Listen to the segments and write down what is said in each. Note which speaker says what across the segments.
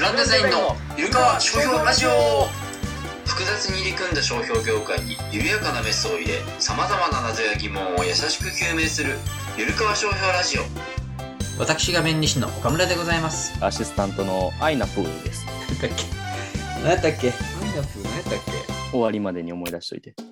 Speaker 1: ランデザインのイルカ商標ラジオ複雑に入り組んだ商標業界に緩やかなメスを入れさまざまな謎や疑問を優しく究明するゆるかわ商標ラジオ私が弁理士の岡村でございます
Speaker 2: アシスタントのアイナプーです。
Speaker 1: 何だっけ何やったっけ何だっけ何やったっ
Speaker 2: 終わりまでに思い出しといて。
Speaker 1: け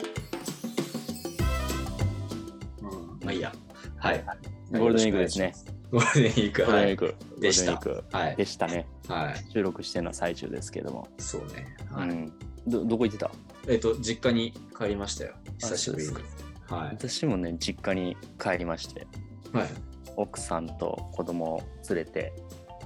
Speaker 1: うんまあいいやはい
Speaker 2: ゴールデンウィークですね。
Speaker 1: ゴールデンウィーク
Speaker 2: ゴール
Speaker 1: は
Speaker 2: デンウィー
Speaker 1: い
Speaker 2: ク。
Speaker 1: でした
Speaker 2: ゴールデンウィーク
Speaker 1: はい
Speaker 2: でしたね。
Speaker 1: はい
Speaker 2: 収録してるのは最中ですけども。
Speaker 1: そうね
Speaker 2: う
Speaker 1: はい
Speaker 2: ん。ど、どこ行ってた
Speaker 1: えっと実家に帰りましたよ久しぶりに
Speaker 2: あそう
Speaker 1: はい
Speaker 2: 私もね、実家に帰りまして、
Speaker 1: はい
Speaker 2: 奥さんと子供を連れて、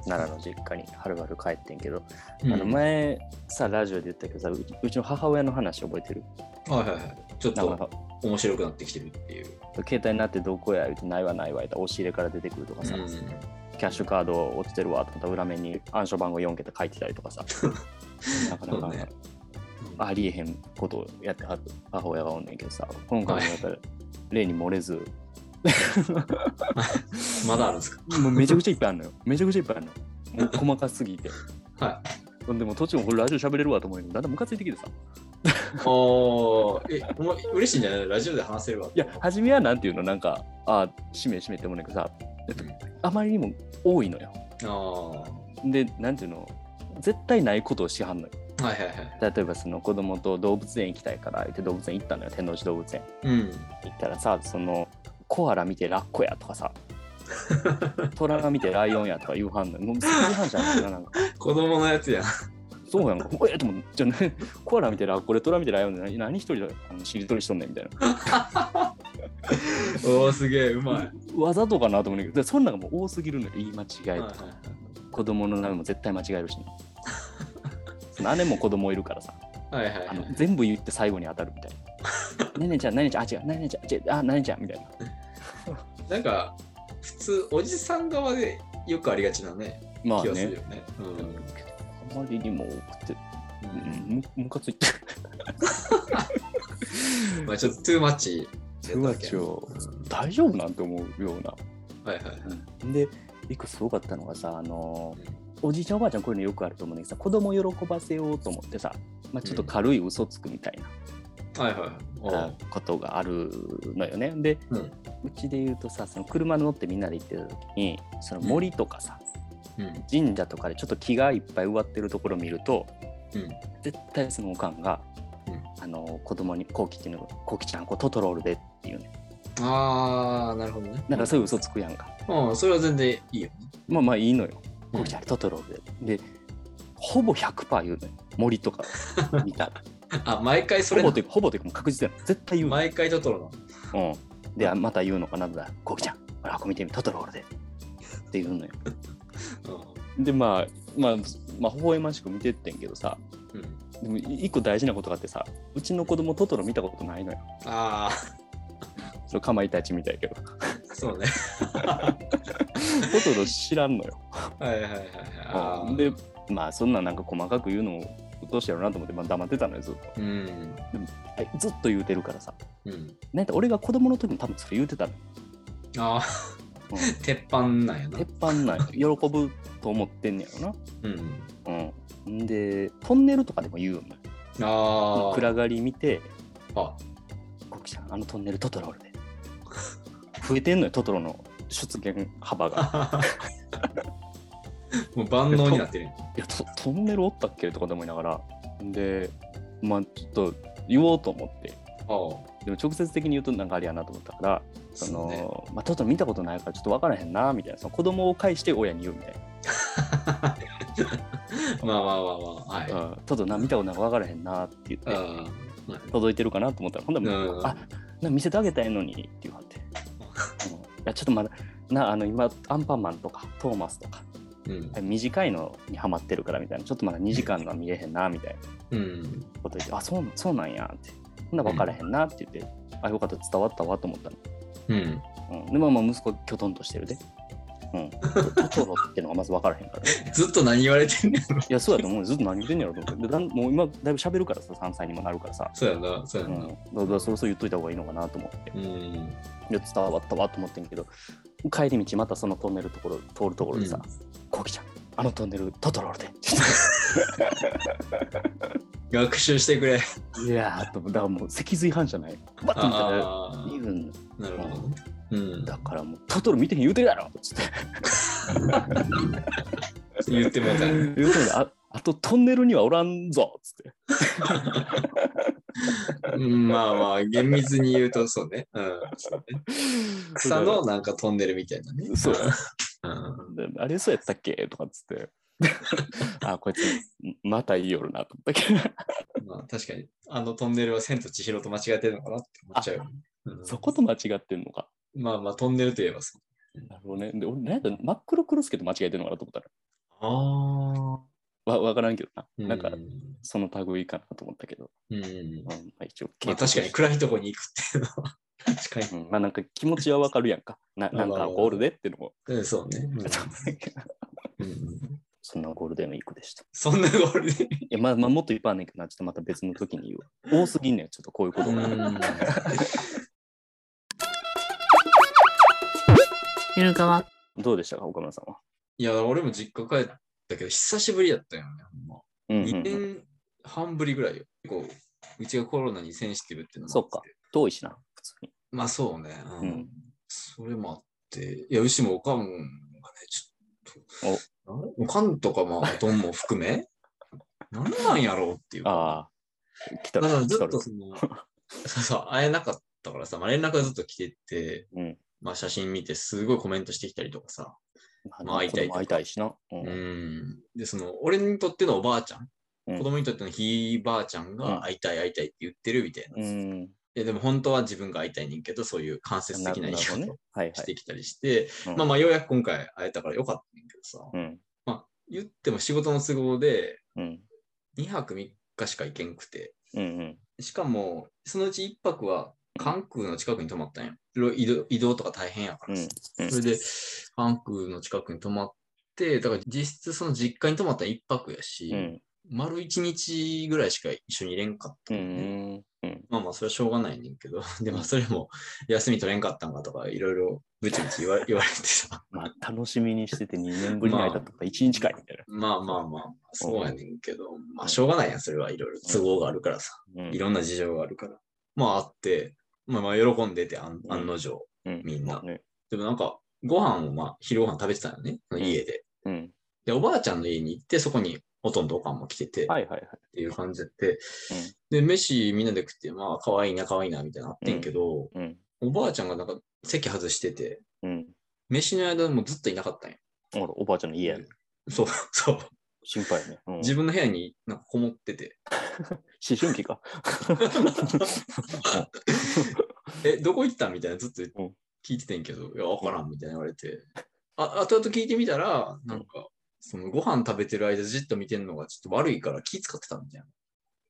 Speaker 2: 奈良の実家にはるばる帰ってんけど、
Speaker 1: うん
Speaker 2: あの前さ、ラジオで言ったけどさ、ううちの母親の話覚えてる
Speaker 1: はいはいはいちょっ
Speaker 2: なかな
Speaker 1: と
Speaker 2: か
Speaker 1: 面白くなってきてるっていう
Speaker 2: 携帯になってどこや言ってないわないわ言ったら押し入れから出てくるとかさ、キャッシュカード落ちてるわと思ったら裏面に暗証番号4桁書いてたりとかさなかな
Speaker 1: そ
Speaker 2: か
Speaker 1: うね
Speaker 2: ありえへんことをやってはる母親がおんねんけどさ今回もやっぱり例に漏れず
Speaker 1: まだあるんですか
Speaker 2: もうめちゃくちゃいっぱいあるのよめちゃくちゃいっぱいあるのよもう細かすぎて
Speaker 1: は
Speaker 2: ほんでもう途中もこれラジオ喋れるわと思うけどだんだんムカついてきてさ
Speaker 1: い。おーえ、お前嬉しいんじゃないラジオで話せるわ。
Speaker 2: いや初めはなんていうのなんかああしめしめって思うねんけどさあまりにも多いのよ
Speaker 1: ああ。は
Speaker 2: でなんていうの絶対ないことをしはんのよ
Speaker 1: いはいはい。
Speaker 2: 例えばその子供と動物園行きたいから言って動物園行ったのよ天王寺動物園
Speaker 1: うん。
Speaker 2: 行ったらさそのコアラ見てラッコやとか さトラが見てライオンやとか言うはんのよもう全然違反じゃないですかなんか
Speaker 1: 子供のやつやん。
Speaker 2: そうやんかえっともじゃあねコアラ見てラッコでトラ見てライオンで何何一人であのしりとりしとんねんみたいな
Speaker 1: おお、すげえ、うまい。はい
Speaker 2: わざとかなと思うねんだけどでそんなんがもう多すぎるのよ言い間違いとか、
Speaker 1: はいはい
Speaker 2: 子供の名前も絶対間違 えるし、ね、その姉も子供いるからさ
Speaker 1: はいはい
Speaker 2: あ
Speaker 1: は
Speaker 2: の
Speaker 1: い。
Speaker 2: 全部言って最後に当たるみたい な。ねねちゃん、ねねちゃん、あ、違う、ねねちゃん、違うあ、ねねちゃんみたいな。
Speaker 1: なんか、普通、おじさん側でよくありがちなね、
Speaker 2: まあ
Speaker 1: 気がする
Speaker 2: ね、
Speaker 1: よね。うん
Speaker 2: あまりにも多くて、うん、むむかついて。
Speaker 1: まあちょっとトゥーマッチ。
Speaker 2: うわちょ大丈夫なんて思うような。
Speaker 1: はいはいはい。
Speaker 2: で、一個すごかったのがさ、あのーおじいちゃんおばあちゃんこういうのよくあると思うんだけどさ子供喜ばせようと思ってさ、まあ、ちょっと軽い嘘つくみたいな、
Speaker 1: はいはいはい。おー
Speaker 2: ことがあるのよね。で、
Speaker 1: う
Speaker 2: うんちで言うとさその車乗ってみんなで行ってた時にその森とかさ、
Speaker 1: うん。
Speaker 2: 神社とかでちょっと木がいっぱい植わってるところを見ると
Speaker 1: うん。
Speaker 2: 絶対そのおかんが、
Speaker 1: う
Speaker 2: あの子供に「こうきっていうの「こうきちゃんこうトトロールで」っていうね
Speaker 1: ああ、なるほどね。
Speaker 2: なんかそういう嘘つくやんか、
Speaker 1: うん、それは全然いいよ。
Speaker 2: まあまあいいの
Speaker 1: うん
Speaker 2: よ「こうきちゃんトトロールで」でほぼ100%言うのよ森とか見 たら
Speaker 1: あ、毎回それ
Speaker 2: ほぼというかほぼというかもう確実やん絶対言うの、
Speaker 1: 毎回トトロなの。
Speaker 2: うん、であまた言うのかなだこうきちゃんほらここ見てみトトロールで」って言うのよでまあまあまあ微笑ましく見てってんけどさ
Speaker 1: うん。うん
Speaker 2: でも一個大事なことがあってさうちの子供トトロ見たことないのよ
Speaker 1: ああ、
Speaker 2: そのかまいたちみたいやけど
Speaker 1: そうね。
Speaker 2: トトロ知らんのよ。
Speaker 1: はいはいはいはいあー。
Speaker 2: でまあそんななんか細かく言うのもどうしてやろうなと思って、まあ、黙ってたのよずっと、
Speaker 1: うん。
Speaker 2: はいずっと言うてるからさ
Speaker 1: うん。
Speaker 2: なんか俺が子供の時も多分それ言うてたの、
Speaker 1: ああ、
Speaker 2: う
Speaker 1: 鉄板なんや
Speaker 2: ん
Speaker 1: な。
Speaker 2: 鉄板なんや喜 ぶと思ってんねやろ
Speaker 1: うん。
Speaker 2: なうんんでトンネルとかでも言うよね
Speaker 1: ああ。
Speaker 2: 暗がり見て
Speaker 1: あ
Speaker 2: 「コキちゃんあのトンネルトトロ俺で」 増えてんのよトトロの出現幅が
Speaker 1: もう万能になってるやん。
Speaker 2: いやトトンネルおったっけとかで思いながらでまあちょっと言おうと思って
Speaker 1: あ あ。
Speaker 2: でも直接的に言うとなんかあれやなと思ったからそ
Speaker 1: そうね。
Speaker 2: のまあ、トトロ見たことないからちょっと分からへんなみたいなその子供を介して親に言うみたい
Speaker 1: まあまあまあまあ。はい。
Speaker 2: な、
Speaker 1: あ
Speaker 2: うん、トトロな見たことないから分からへんなって言って
Speaker 1: あ。
Speaker 2: 届いてるかなと思ったらほんで
Speaker 1: う
Speaker 2: も
Speaker 1: ん
Speaker 2: あなんか見せてあげたいのにって言わ れて、うんいやちょっとまだなあの今アンパンマンとかトーマスとか
Speaker 1: うん。
Speaker 2: 短いのにハマってるからみたいなちょっとまだ2時間のは見れへんなみたい
Speaker 1: うん。
Speaker 2: なこと言ってあそうそうなんやってほんなら分からへんなって言って、あよかった伝わったわと思ったの
Speaker 1: うん。
Speaker 2: うん、でまあまあ息子きょとんとしてるで、うん、トトロってのがまず分からへんから、 ね、
Speaker 1: ずっと何言われてんねん。
Speaker 2: いやそうやと思うずっと何言ってんねやろと思ってでだんもう今だいぶ喋るからさ3歳にもなるからさ、
Speaker 1: そうやな、そうや
Speaker 2: うん、
Speaker 1: な
Speaker 2: だ。からだからそろそろ言っといた方がいいのかなと思って
Speaker 1: うん。
Speaker 2: いや伝わったわと思ってんけど帰り道またそのトンネルところ通るところでさ「こうきちゃんあのトンネルトトロールで」って
Speaker 1: 学習してくれ。
Speaker 2: いやーと、だからもう脊髄反射ない。バッと見たら、
Speaker 1: あ
Speaker 2: 2分
Speaker 1: あ、なるほどね。 うん、
Speaker 2: だからもう、トトロ見てへん言うてるやろつって。
Speaker 1: 言ってもうたね。
Speaker 2: 言うてるああとトンネルにはおらんぞつって。
Speaker 1: うんまあまあ、厳密に言うとそうね。うん、そうね草のなんかトンネルみたいなね。
Speaker 2: そう。
Speaker 1: うん
Speaker 2: であれそうやったっけとかっ つって。あ、こいつ、また言いよるなと思ったけど。
Speaker 1: まあ、確かに、あのトンネルは千と千尋と間違えてるのかなって思っちゃうよね、うん
Speaker 2: そこと間違ってんのか。
Speaker 1: まあまあ、トンネルといえばそう。
Speaker 2: なるほどね。で、俺、なんやったら真っ黒クロスケと間違えてんのかなと思ったら。
Speaker 1: あ
Speaker 2: わわからんけどな。
Speaker 1: あ
Speaker 2: なんか
Speaker 1: う、ん
Speaker 2: その類かなと思ったけど。
Speaker 1: うん
Speaker 2: うんまあ、一応、
Speaker 1: まあ、確かに暗いとこに行くっていうのは。確かに。
Speaker 2: うん、まあなんか気持ちはわかるやんか。ななんかゴールでっていうのも。
Speaker 1: うん、そうね。うん
Speaker 2: そんなゴールデンウィークでした。
Speaker 1: そんなゴールデン
Speaker 2: いや、まあ、まあ、もっといっぱいあんねんけどな、ちょっとまた別の時に言うわ。多すぎんねん、ちょっとこういうことが。
Speaker 3: ゆるかわ
Speaker 2: どうでしたか、岡村さんは。
Speaker 1: いや、俺も実家帰ったけど、久しぶりやったよね。ほんま
Speaker 2: うんうん
Speaker 1: 2
Speaker 2: うん、
Speaker 1: 年半ぶりぐらいよ。結構、うちがコロナにセンシティブっていうのもあ
Speaker 2: そ
Speaker 1: っ
Speaker 2: ってか。遠いしな、普通に。
Speaker 1: まあそうね。う
Speaker 2: うん
Speaker 1: ん。それもあって、いや、うちもおかんがね、ちょっと、なんおかんとかまあ、おとんも含め、なんなんやろうっていう。だか
Speaker 2: ああ、来た
Speaker 1: ら
Speaker 2: る、
Speaker 1: ず
Speaker 2: 来た
Speaker 1: っ
Speaker 2: る
Speaker 1: と。その、そうそう、会えなかったからさ、まあ、連絡がずっと来てて、
Speaker 2: うん
Speaker 1: まあ写真見てすごいコメントしてきたりとかさ、
Speaker 2: まあ、
Speaker 1: 会いたい
Speaker 2: 子供会いたいしな。うん
Speaker 1: うん。で、その、俺にとってのおばあちゃん、
Speaker 2: うん
Speaker 1: 子供にとってのひいばあちゃん
Speaker 2: うん
Speaker 1: が会いたい会いたいって言ってるみたいな。
Speaker 2: う
Speaker 1: い
Speaker 2: ん。
Speaker 1: や、でも本当は自分が会いたいねんけど、そういう間接
Speaker 2: な
Speaker 1: 的な
Speaker 2: る
Speaker 1: 言い
Speaker 2: ほ
Speaker 1: 方
Speaker 2: どね
Speaker 1: を。
Speaker 2: はい
Speaker 1: し
Speaker 2: は
Speaker 1: て
Speaker 2: い。
Speaker 1: きたりして、
Speaker 2: うん
Speaker 1: まあまあようやく今回会えたからよかったんやけどさ、
Speaker 2: うん。
Speaker 1: 言っても仕事の都合で
Speaker 2: うん。
Speaker 1: 2泊3日しか行けんくて、
Speaker 2: うんうん。
Speaker 1: しかもそのうち1泊は関空の近くに泊まったんや。いろ移動移動とか大変やからさ、
Speaker 2: うんうん
Speaker 1: それで関空の近くに泊まって、だから実質その実家に泊まったら1泊やし、
Speaker 2: うん。
Speaker 1: 丸1日ぐらいしか一緒にいれんかった
Speaker 2: う
Speaker 1: のね、
Speaker 2: ん。うん。
Speaker 1: まあまあ、それはしょうがないねんけど、 でもそれも休み取れんかったんかとか、いろいろブチブチ言わ言われてさ。
Speaker 2: まあ、楽しみにしてて2年ぶりに会えたとか、1日かいみたい
Speaker 1: まあまあまあ、そうやねんけど、まあしょうがないやん、それはいろいろ都合があるからさ、
Speaker 2: な。うん
Speaker 1: いろんな事情があるから。まああって、まあまあ喜んでて、あん
Speaker 2: うん
Speaker 1: 案の定。
Speaker 2: うん
Speaker 1: みんな
Speaker 2: まあね
Speaker 1: でもなんか、ご飯をまあ、昼ご飯食べてたよね、
Speaker 2: ん
Speaker 1: 家で。
Speaker 2: うん。
Speaker 1: で、おばあちゃんの家に行って、そこにほとんどおかんも来てて、っ
Speaker 2: はいはいはい。
Speaker 1: ていう感じで、で、飯みんなで食って、まあ、可愛いな、可愛いな、みたいなのあってんけど、
Speaker 2: うん。
Speaker 1: おばあちゃんがなんか席外してて、
Speaker 2: うん。
Speaker 1: 飯の間もずっといなかったんよ。
Speaker 2: あらおばあちゃんの家やね。
Speaker 1: そう、そう。
Speaker 2: 心配やね。うん
Speaker 1: 自分の部屋になんかこもってて、
Speaker 2: 思春期か。
Speaker 1: え、どこ行ったみたいな、ずっと
Speaker 2: うん
Speaker 1: 聞いててんけど、いや、わからんみたいな言われて。あ、後々聞いてみたら、なんか、そのご飯食べてる間じっと見てんのがちょっと悪いから気使ってたみたいな。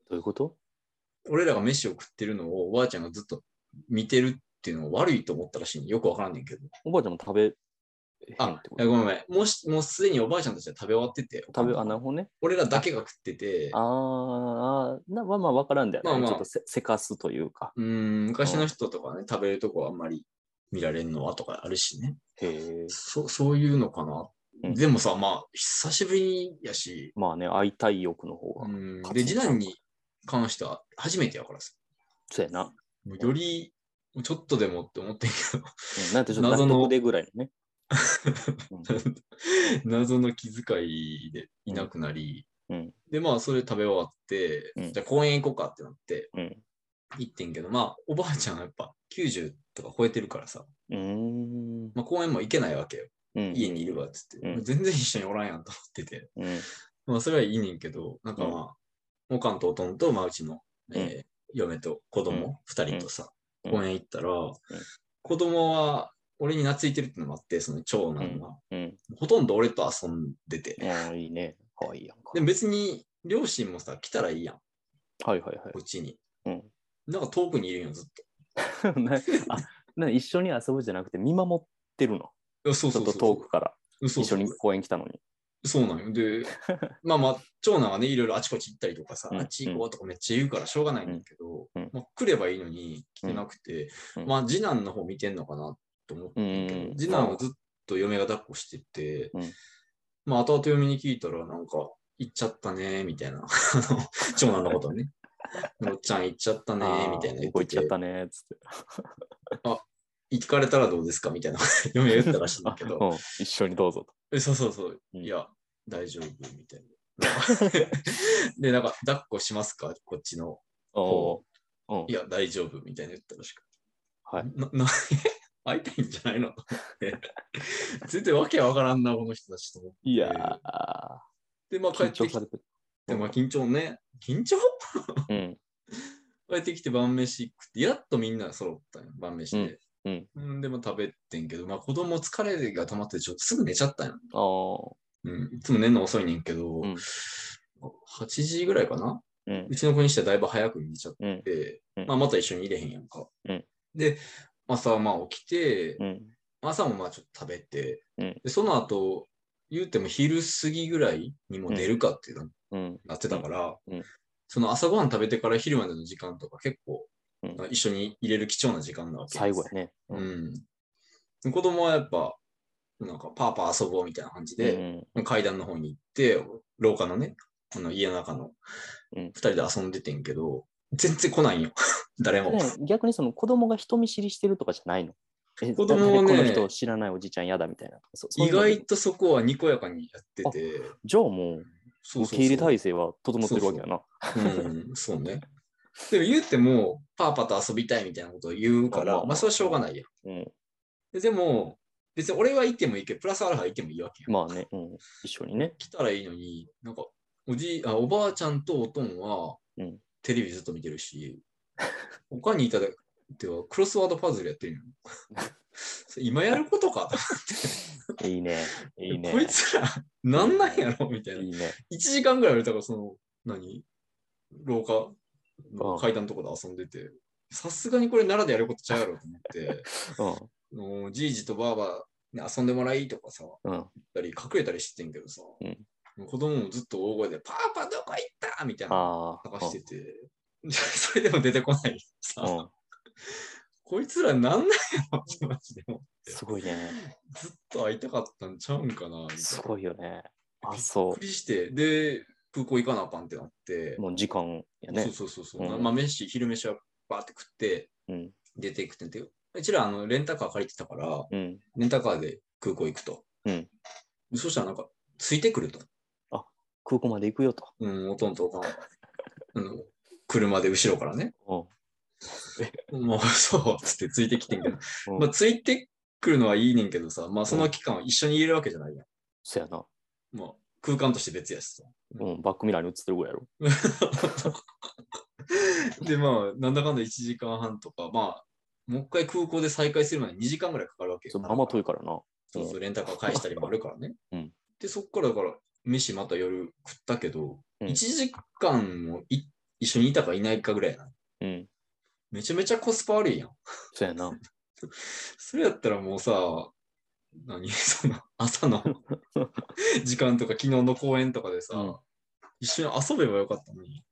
Speaker 2: どういうこと
Speaker 1: 俺らが飯を食ってるのをおばあちゃんがずっと見てるっていうのを悪いと思ったらしいのよくわからんねんけど。
Speaker 2: おばあちゃんも食べへん
Speaker 1: あ
Speaker 2: って、
Speaker 1: い
Speaker 2: こと
Speaker 1: やごめんごめん。もし、もうすでにおばあちゃんたちは食べ終わってて。
Speaker 2: 食べ、あ、なるほどね。
Speaker 1: 俺らだけが食ってて
Speaker 2: あ、ーあー、なまあまあわからんだよね。
Speaker 1: まあまあ
Speaker 2: ちょっとせせかすというか。
Speaker 1: うーん、昔の人とかね、食べるとこはあんまり見られんのはとかあるしね。
Speaker 2: へえ。
Speaker 1: そそういうのかな、
Speaker 2: うん
Speaker 1: でもさ、まあ、久しぶりやし、
Speaker 2: まあね、会いたい欲の方が
Speaker 1: う。ん
Speaker 2: 勝つ
Speaker 1: で、次男に関しては初めてやからさ、
Speaker 2: そうやな。うん
Speaker 1: もうより、ちょっとでもって思ってんけど、
Speaker 2: なんてちょっと納
Speaker 1: 謎の
Speaker 2: 得でぐらいの ね。うん
Speaker 1: 謎の気遣いでいなくなり、
Speaker 2: うん
Speaker 1: で、まあ、それ食べ終わって、
Speaker 2: うん
Speaker 1: じゃあ公園行こうかってなって、
Speaker 2: うん
Speaker 1: 行ってんけど、まあ、おばあちゃんはやっぱ90とか超えてるからさ、
Speaker 2: うーん。
Speaker 1: まあ、公園も行けないわけよ。
Speaker 2: うん
Speaker 1: 家にいるわっつって、
Speaker 2: うん
Speaker 1: 全然一緒におらんやんと思ってて、
Speaker 2: うん
Speaker 1: まあ、それはいいねんけど、なんかまあ、おかんとおとんと、まあ、うちの、えー嫁と子
Speaker 2: うん
Speaker 1: 供2人とさ、
Speaker 2: うん
Speaker 1: 公園行ったら、子供は俺に懐いてるってのもあって、その長男は、
Speaker 2: うん。
Speaker 1: ほとんど俺と遊んでて、
Speaker 2: ああ、いいね。かわいいやんか
Speaker 1: で。別に両親もさ、来たらいいやん、
Speaker 2: はいはいはいう
Speaker 1: ちに。
Speaker 2: うん
Speaker 1: なんか遠くにいるんよ、ずっと。。
Speaker 2: なあな一緒に遊ぶじゃなくて見守ってるの。
Speaker 1: いやそう
Speaker 2: ち
Speaker 1: そう
Speaker 2: ょっ
Speaker 1: そう
Speaker 2: と
Speaker 1: そう
Speaker 2: 遠くから
Speaker 1: そう
Speaker 2: 一
Speaker 1: そ
Speaker 2: 緒
Speaker 1: う
Speaker 2: に公園来たのに。
Speaker 1: そうなんよ。 で、まあまあ、長男はね、いろいろあちこち行ったりとかさ、
Speaker 2: うん
Speaker 1: あっち行こうとかめっちゃ言うからしょうがないんだけど、
Speaker 2: うんうん
Speaker 1: まあ、来ればいいのに来てなくて、
Speaker 2: うん
Speaker 1: まあ、次男の方見てんのかなと思ってんけど、
Speaker 2: うん
Speaker 1: 次男はずっと嫁が抱っこしてて、
Speaker 2: うん
Speaker 1: まあ、後々嫁に聞いたら、なんか、行っちゃったね、みたいな。あ の長男のことを ね。のっちゃん行っちゃったね、みたいな言
Speaker 2: こ
Speaker 1: っ、
Speaker 2: こ行ってちゃってたねーつって。
Speaker 1: 行かれたらどうですかみたいな。嫁が言ったらしいんだけ
Speaker 2: あ
Speaker 1: ど。
Speaker 2: うん一緒にどうぞと。
Speaker 1: えそうそうそう。
Speaker 2: うん
Speaker 1: いや、大丈夫、みたいな。 で、なんか、抱っこしますかこっちの。
Speaker 2: おお。
Speaker 1: いや、大丈夫、みたいな言ったらしく
Speaker 2: はい。
Speaker 1: な、 な、会いたいんじゃないのと思って。 全然わけわからんな、この人たちと思って。
Speaker 2: いや
Speaker 1: で、まあ
Speaker 2: ー、
Speaker 1: 帰っ
Speaker 2: 緊
Speaker 1: て
Speaker 2: 張
Speaker 1: き
Speaker 2: さ
Speaker 1: て
Speaker 2: れ、てる。
Speaker 1: まあ緊張ね。緊張
Speaker 2: うん。
Speaker 1: 帰ってきて晩飯食って、やっとみんな揃ったんよ晩飯で。
Speaker 2: うん
Speaker 1: んでも食べてんけど、まあ子供疲れが溜まってちょっとすぐ寝ちゃったんよ。
Speaker 2: あー
Speaker 1: うん。いつも寝るの遅いねんけど、
Speaker 2: うん
Speaker 1: 8時ぐらいかな
Speaker 2: うん
Speaker 1: うちの子にしてはだいぶ早く寝ちゃっ
Speaker 2: うん
Speaker 1: て、
Speaker 2: うん
Speaker 1: まあまた一緒にいれへんやんか。
Speaker 2: うん
Speaker 1: で、朝はまあ起きて、
Speaker 2: うん
Speaker 1: 朝もまあちょっと食べて、
Speaker 2: うん
Speaker 1: でその後、言うても昼過ぎぐらいにも寝るかっていうの
Speaker 2: うん
Speaker 1: なってたから、
Speaker 2: うんうん
Speaker 1: その朝ごはん食べてから昼までの時間とか結構、
Speaker 2: うん
Speaker 1: 一緒に入れる貴重な時間なわけです
Speaker 2: 最後やね。
Speaker 1: うん。子供はやっぱ、なんかパーパー遊ぼうみたいな感じで、階段の方に行って、廊下のね、あの家の中の
Speaker 2: うん
Speaker 1: 二人で遊んでてんけど、全然来ないんよ。 誰
Speaker 2: う
Speaker 1: も。
Speaker 2: んね逆にその子供が人見知りしてるとかじゃないのえ
Speaker 1: 子供はね
Speaker 2: だ誰この人知らないおじちゃん嫌だみたいな。そそうい
Speaker 1: 意
Speaker 2: うの
Speaker 1: 外とそこはにこやかにやってて、
Speaker 2: じゃあもう
Speaker 1: そうそ
Speaker 2: 受け
Speaker 1: う
Speaker 2: 入れ
Speaker 1: そう
Speaker 2: 体制は整ってるわけやな。
Speaker 1: うん、そうね。でも言うても、パーパーと遊びたいみたいなことを言うか
Speaker 2: まあまあ
Speaker 1: ら、
Speaker 2: まあ
Speaker 1: まあそれはしょうがないやん。
Speaker 2: うん
Speaker 1: ででも、別に俺はいてもいいけど、プラスアルファいてもいいわけやん。
Speaker 2: まあね、うん一緒にね。
Speaker 1: 来たらいいのに、なんか、おじい、あ、おばあちゃんとおとんは
Speaker 2: うん、
Speaker 1: テレビずっと見てるし、他にいただっては、クロスワードパズルやってるの。 それ今やることか
Speaker 2: いいね。いいね。
Speaker 1: こいつら、なんなんやろみたいな。
Speaker 2: いいね。
Speaker 1: 1時間ぐらい俺だからその何廊下の階段のとこで遊んでてさすがにこれ奈良でやることちゃうやろと思って
Speaker 2: う
Speaker 1: もうじいじとばあばに遊んでもらいとかさ言っ
Speaker 2: ん。うん。
Speaker 1: たり隠れたりしてんけどさ、
Speaker 2: うん
Speaker 1: もう子供もずっと大声で「パパどこ行った!」みたいな
Speaker 2: ああ。
Speaker 1: 探してて、 それでも出てこないさ、
Speaker 2: うんうん。
Speaker 1: こいつらなんなんやろってマジでも
Speaker 2: すごいね。
Speaker 1: ずっと会いたかったんちゃうんかなみたい
Speaker 2: す
Speaker 1: な
Speaker 2: ごいよね。あ、
Speaker 1: び
Speaker 2: そ
Speaker 1: っくりしてで空港行かなあかんってなって
Speaker 2: う。もう時間やね。
Speaker 1: そうそうそうそう。
Speaker 2: うん
Speaker 1: まあ、飯、昼飯はバーって食って、
Speaker 2: うん。
Speaker 1: 出ていくってんて、うちらあのレンタカー借りてたから、
Speaker 2: うん。
Speaker 1: レンタカーで空港行くと。
Speaker 2: うん
Speaker 1: そしたらなんか、ついてくると。
Speaker 2: 空港まで行くよと。
Speaker 1: うん、おとんとおかん。うん車で後ろからね。
Speaker 2: う
Speaker 1: もう、そう、つってついてきてんけど。
Speaker 2: ん。うん
Speaker 1: まあ、ついてくるのはいいねんけどさ、まあ、その期間は一緒にいれるわけじゃないや
Speaker 2: そやな。
Speaker 1: ん。まあ、空間として別やしさ。
Speaker 2: うん。バックミラーに映ってるぐらいやろ。
Speaker 1: で、まあ、なんだかんだ1時間半とか、まあ、もう一回空港で再開するまで2時間ぐらいかかるわけよ
Speaker 2: そうまあまあ遠いからな。
Speaker 1: そうそう、レンタカー返したりもあるからね。
Speaker 2: うん
Speaker 1: で、そっからだから、飯また夜食ったけど、
Speaker 2: うん
Speaker 1: 1時間もい一緒にいたかいないかぐらいやな。
Speaker 2: うん。
Speaker 1: めちゃめちゃコスパ悪いやん。
Speaker 2: そやな。
Speaker 1: それやったらもうさ、何 その朝 の時間とか昨日の公演とかでさ、
Speaker 2: うん
Speaker 1: 一緒に遊べばよかったのに。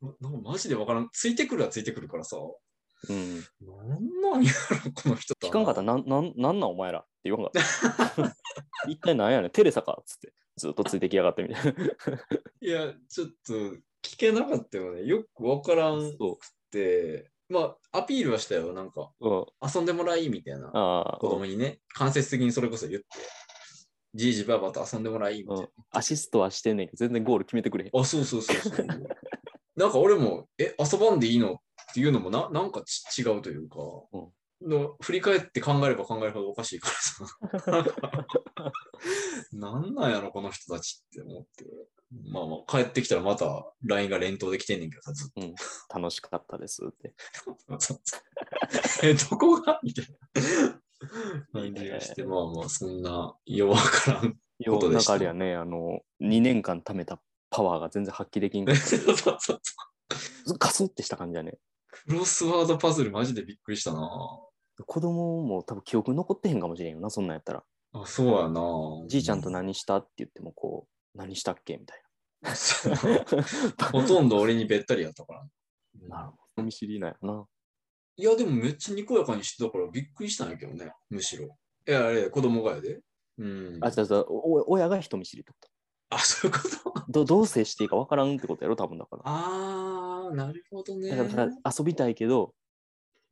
Speaker 1: ななんかマジでわからん。ついてくるはついてくるからさ。
Speaker 2: うん。
Speaker 1: なんなんやろ、この人と
Speaker 2: 聞かんかったら、なん、なん、なんなんお前らって言わんかった。 一体なんやねん。テレサかっつって。ずっとついてきやがってみたいな。
Speaker 1: いや、ちょっと聞けなかったよね。よくわからん
Speaker 2: そ
Speaker 1: って、まあ、アピールはしたよ。なんか、
Speaker 2: う。うん。
Speaker 1: 遊んでもらいみたいな。
Speaker 2: ああ
Speaker 1: 子。供にね、間接的にそれこそ言って、じいじばあばと遊んでもらいみた
Speaker 2: う
Speaker 1: い
Speaker 2: ん。アシストはしてんねんけど、全然ゴール決めてくれへん。
Speaker 1: な。あ、そうそうそうそう。 なんか俺も、え、遊ばんでいいのっていうのもな、なんかち違うというか、の振り返って考えれば考えるほどおかしいからさ。 なんかなんなんやろ、この人たちって思って。まあまあ、帰ってきたらまた LINE が連投できてんねんけどさ、ずっと
Speaker 2: 楽しかったですって。
Speaker 1: え、どこがみたいな。
Speaker 2: い
Speaker 1: 感
Speaker 2: いね
Speaker 1: じがして、まあまあ、そんな弱からん。
Speaker 2: よ
Speaker 1: こと
Speaker 2: う、
Speaker 1: で
Speaker 2: なん
Speaker 1: した
Speaker 2: かあれやね、あの、2年間貯めたパワーが全然発揮できん かっ
Speaker 1: そうそうそうそう
Speaker 2: た。ガスってした感じやね。
Speaker 1: クロスワードパズル、マジでびっくりしたな。
Speaker 2: 子供も多分記憶残ってへんかもしれんよな、そんなんやったら。
Speaker 1: あ、そうやな。
Speaker 2: じいちゃんと何したって言っても、こう、何したっけみたい
Speaker 1: そう
Speaker 2: な。
Speaker 1: ほとんど俺にべったりやったから。
Speaker 2: なるほど。人見知りなんやな。
Speaker 1: いや、でもめっちゃにこやかにしてたからびっくりしたんやけどね、むしろ。いや、あれ、子供がやで。うん。
Speaker 2: あ、じゃあ、じゃあお親が人見知りってこ
Speaker 1: あ、そういうこと
Speaker 2: どどう接していいかわからんってことやろ、多分だから。
Speaker 1: ああ、なるほどね。
Speaker 2: だからなんか遊びたいけど、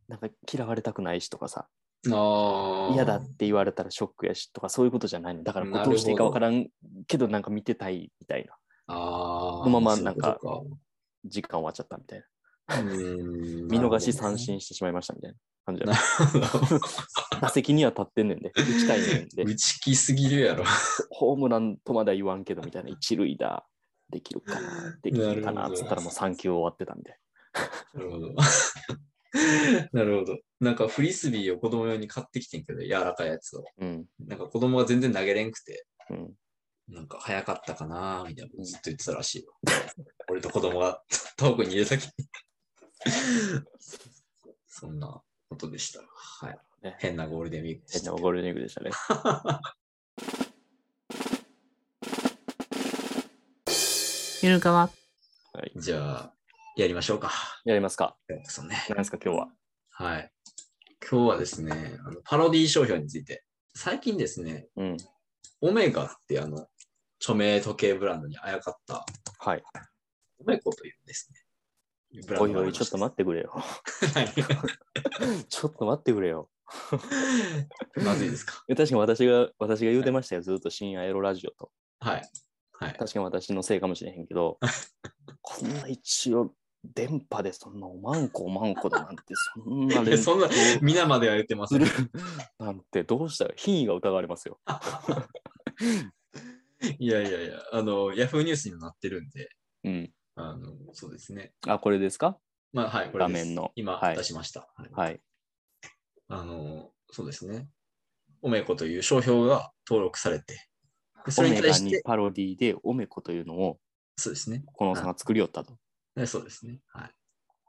Speaker 2: なんか嫌われたくないしとかさ、
Speaker 1: ああ。
Speaker 2: 嫌だって言われたらショックやしとか、そういうことじゃないの。だからこ
Speaker 1: なるほ
Speaker 2: うど
Speaker 1: ど
Speaker 2: うしていいかわからんけど、なんか見てたいみたいな。
Speaker 1: ああ。
Speaker 2: のままなんか
Speaker 1: そういうこ
Speaker 2: 時間終わっちゃったみたいな。
Speaker 1: とかうーん
Speaker 2: 見逃し三。
Speaker 1: な
Speaker 2: 振してしまいましたみたいな感じや
Speaker 1: なるほど
Speaker 2: 打席には立ってんねんで、打ちたいねんで
Speaker 1: 打、ちきすぎるやろ。
Speaker 2: ホームランとまだ言わんけどみたいな、一塁だ、できるかな、できる
Speaker 1: な
Speaker 2: か
Speaker 1: る
Speaker 2: な、
Speaker 1: ほど
Speaker 2: つったらもう3球終わってたみたい
Speaker 1: なるほど。なるほど。なんかフリスビーを子供用に買ってきてんけど、柔らかいやつを。
Speaker 2: な。うん。
Speaker 1: なんか子供が全然投げれんくて、
Speaker 2: うん、
Speaker 1: なんか早かったかなーみたいなことずっと言ってたらしいよ。俺と子供が遠くに入れたきに。そんなことでした。はい
Speaker 2: ね。
Speaker 1: 変なゴールデンウィークで
Speaker 2: 変
Speaker 1: した
Speaker 2: な。ゴールデンウィークでしたね。
Speaker 3: ゆるかわ。
Speaker 2: はい、
Speaker 1: じゃあ、やりましょうか。
Speaker 2: やりますか
Speaker 1: そうね。
Speaker 2: 何ですか今日は。
Speaker 1: はい。今日はですね、あのパロディ商標について。最近ですね、
Speaker 2: うん。
Speaker 1: オメガってあの、著名時計ブランドにあやかった、
Speaker 2: はい。
Speaker 1: オメコというですね。ブラン
Speaker 2: お
Speaker 1: ド
Speaker 2: い
Speaker 1: があ
Speaker 2: お
Speaker 1: り
Speaker 2: い、
Speaker 1: ま
Speaker 2: ちょ
Speaker 1: し
Speaker 2: っ
Speaker 1: て
Speaker 2: と待ってくれよ。
Speaker 1: はい
Speaker 2: ちょっと待ってくれよ。
Speaker 1: まずいですか。
Speaker 2: いや確かに私が、私が言うてましたよ。ずっと深夜エロラジオと。
Speaker 1: はい。はい。
Speaker 2: 確かに私のせいかもしれへん けど、こんな一応、電波でそんなおまんこおまんこだなんて、そんな連
Speaker 1: いや そんな
Speaker 2: 投、
Speaker 1: 皆までは言ってます
Speaker 2: す
Speaker 1: ね
Speaker 2: る。なんて、どうしたら品位が疑われますよ。
Speaker 1: いやいやいや、あの、ヤフーニュースにもなってるんで、
Speaker 2: うん。
Speaker 1: あの、そうですね。
Speaker 2: あ、これですか
Speaker 1: まあ、はい、これです
Speaker 2: 画面の
Speaker 1: 今、
Speaker 2: はい
Speaker 1: 出しました。はい
Speaker 2: はい。
Speaker 1: あの、そうですね。オメコという商標が登録されて、でそ
Speaker 2: オ
Speaker 1: れに
Speaker 2: メ
Speaker 1: 対
Speaker 2: ガ
Speaker 1: し
Speaker 2: に
Speaker 1: て、
Speaker 2: パロディでオメコというのを、
Speaker 1: そうですね。
Speaker 2: このさんが作りよったと。
Speaker 1: ねそうですね。はい。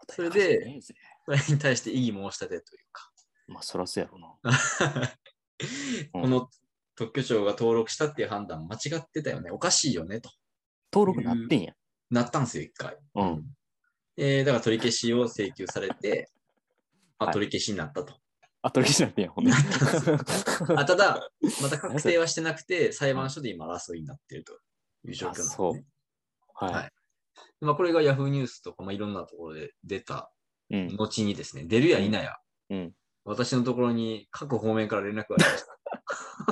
Speaker 1: それで
Speaker 2: 答えはねえぜ、
Speaker 1: それに対して異議申し立てというか、
Speaker 2: まあ、そらそうやろうな。うん
Speaker 1: この特許庁が登録したっていう判断間違ってたよね。おかしいよね、と。
Speaker 2: 登録なってんや。
Speaker 1: なったんですよ、一回。
Speaker 2: うん。
Speaker 1: えー、だから取り消しを請求され て、まあ、
Speaker 2: はい
Speaker 1: 取り消しになったと。
Speaker 2: あ、取り消しなってんや、ほんで。
Speaker 1: あただ、また確定はしてなくて、裁判所で今争いになっているという状況なんです、ね。
Speaker 2: あそうは
Speaker 1: はいまあ、これが Yahoo ニュースとか、まあ、いろんなところで出た
Speaker 2: い。うん。
Speaker 1: 後にですね、出るや否や、
Speaker 2: うん。
Speaker 1: 私のところに各方面から連絡があ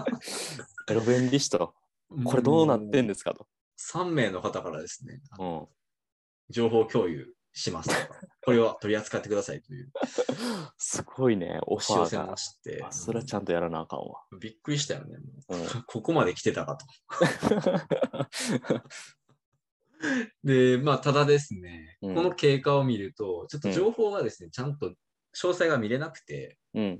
Speaker 1: りました。
Speaker 2: エロ弁理士と、これどうなってん
Speaker 1: の
Speaker 2: ですかと。
Speaker 1: ?3 名の方からですね、あの
Speaker 2: うん。
Speaker 1: 情報共有します とか。これは取り扱ってくださいという
Speaker 2: すごいね、オ
Speaker 1: 押
Speaker 2: フ
Speaker 1: し寄せ
Speaker 2: ァー
Speaker 1: ま
Speaker 2: が。
Speaker 1: して、
Speaker 2: あそれはちゃんとやらなあかんわ。
Speaker 1: びっくりしたよね。
Speaker 2: うん。
Speaker 1: ここまで来てたかと。で、まあ、ただですね、
Speaker 2: うん
Speaker 1: この経過を見ると、ちょっと情報がですね、ちゃんと詳細が見れなくて、
Speaker 2: うん、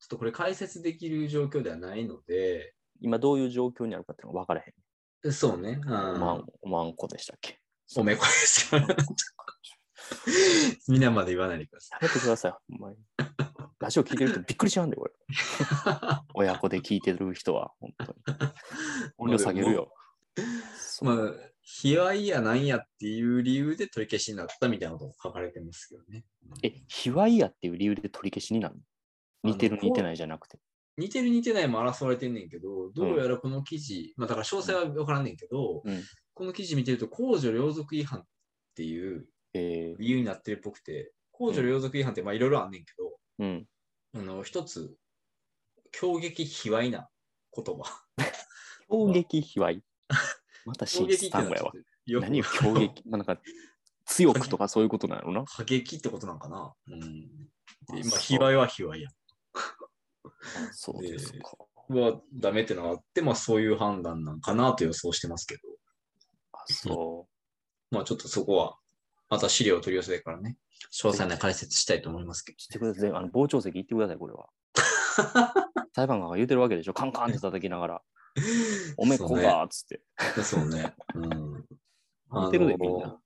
Speaker 1: ちょっとこれ解説できる状況ではないので、
Speaker 2: 今どういう状況にあるかっていうのが分からへん。
Speaker 1: そうね、うん
Speaker 2: おまんおまんこでしたっけ
Speaker 1: おめこですよ。 みんなまで言わないでくだ
Speaker 2: やめてください、ほんまに。ラジオ聞いてる人びっくりしちゃうん で、これ。
Speaker 1: さ
Speaker 2: 親子で聞いてる人は、本当に。
Speaker 1: い。
Speaker 2: 音量下げるよ。
Speaker 1: まあ。
Speaker 2: そう
Speaker 1: まあ、卑猥やなんやっていう理由で取り消しになったみたいなことも書かれてますけどね。
Speaker 2: え、卑猥やっていう理由で取り消しになるの似てる
Speaker 1: あの
Speaker 2: 似てないじゃなくて。
Speaker 1: 似てる似てないも争われてんねんけど、どうやらこの記事、まあだから詳細は分からんねんけど、
Speaker 2: うん
Speaker 1: この記事見てると、公序良俗違反っていう
Speaker 2: えー
Speaker 1: 理由になってるっぽくて、公序良俗違反ってまあいろいろあんねんけ
Speaker 2: うん。
Speaker 1: ど、あの、一つ、強撃卑猥な言葉。
Speaker 2: 攻撃卑猥。また
Speaker 1: 強
Speaker 2: 進
Speaker 1: 撃
Speaker 2: 出
Speaker 1: っていう
Speaker 2: 単
Speaker 1: の
Speaker 2: 語や
Speaker 1: は
Speaker 2: わ
Speaker 1: ちょっ。とよく
Speaker 2: 何を攻撃まあなんか強くとかそういうことなのな。
Speaker 1: 過激ってことなんかな。うん。でま
Speaker 2: そ
Speaker 1: あ、
Speaker 2: う
Speaker 1: 卑猥は卑猥や。
Speaker 2: そうですか。
Speaker 1: はダメってのがあって、まあそういう判断なんかなと予想してますけど、
Speaker 2: あ、そう。
Speaker 1: まあちょっとそこは、また資料を取り寄せてからね、詳細な解説したいと思いますけど。
Speaker 2: してください。あの傍聴席行ってください、これは。 裁判官が言うてるわけでしょ。カンカンって叩きなが ら。おめこがーっつって。
Speaker 1: そう ね。うん。
Speaker 2: 見てるでみんな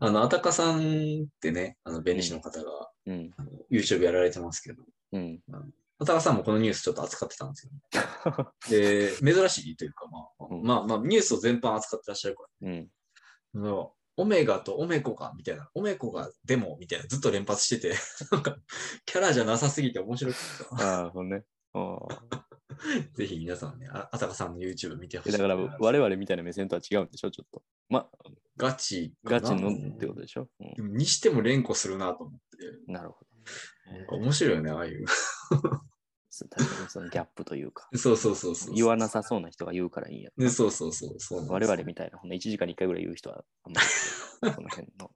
Speaker 1: あの、あたかさんってね、あの、弁理士の方が、
Speaker 2: うん。
Speaker 1: あの YouTube やられてますけど、
Speaker 2: うん。
Speaker 1: あたかさんもこのニュースちょっと扱ってたん ですよ。で、珍しいというか、まあ
Speaker 2: う、ん
Speaker 1: まあ、まあ、ニュースを全般扱ってらっしゃるか
Speaker 2: うん。
Speaker 1: ら、あのオメガとオメコが、みたいな、オメコがでも、みたいな、ずっと連発 してて、なんか、キャラじゃなさすぎて面白くてさ
Speaker 2: ああ、そうね。ああ。
Speaker 1: ぜひ皆さんね、あ浅香さんの YouTube 見てほしい。
Speaker 2: だから我々みたいな目線とは違うんでしょ、ちょっと。まあ、
Speaker 1: ガチかな。
Speaker 2: ガチのってことでしょ。うん
Speaker 1: でもにしても連呼するなと思って。
Speaker 2: なるほど。
Speaker 1: なんか面白いよね、ああいう。、
Speaker 2: そう確かにそのギャップというか
Speaker 1: そうそうそうそう。
Speaker 2: 言わなさそうな人が言うからいいんや。
Speaker 1: ね、そうそうそう。そうなん
Speaker 2: 我
Speaker 1: です
Speaker 2: 々みたいな、ほんの1時間に1回ぐらい言う人はあんまり、その辺の。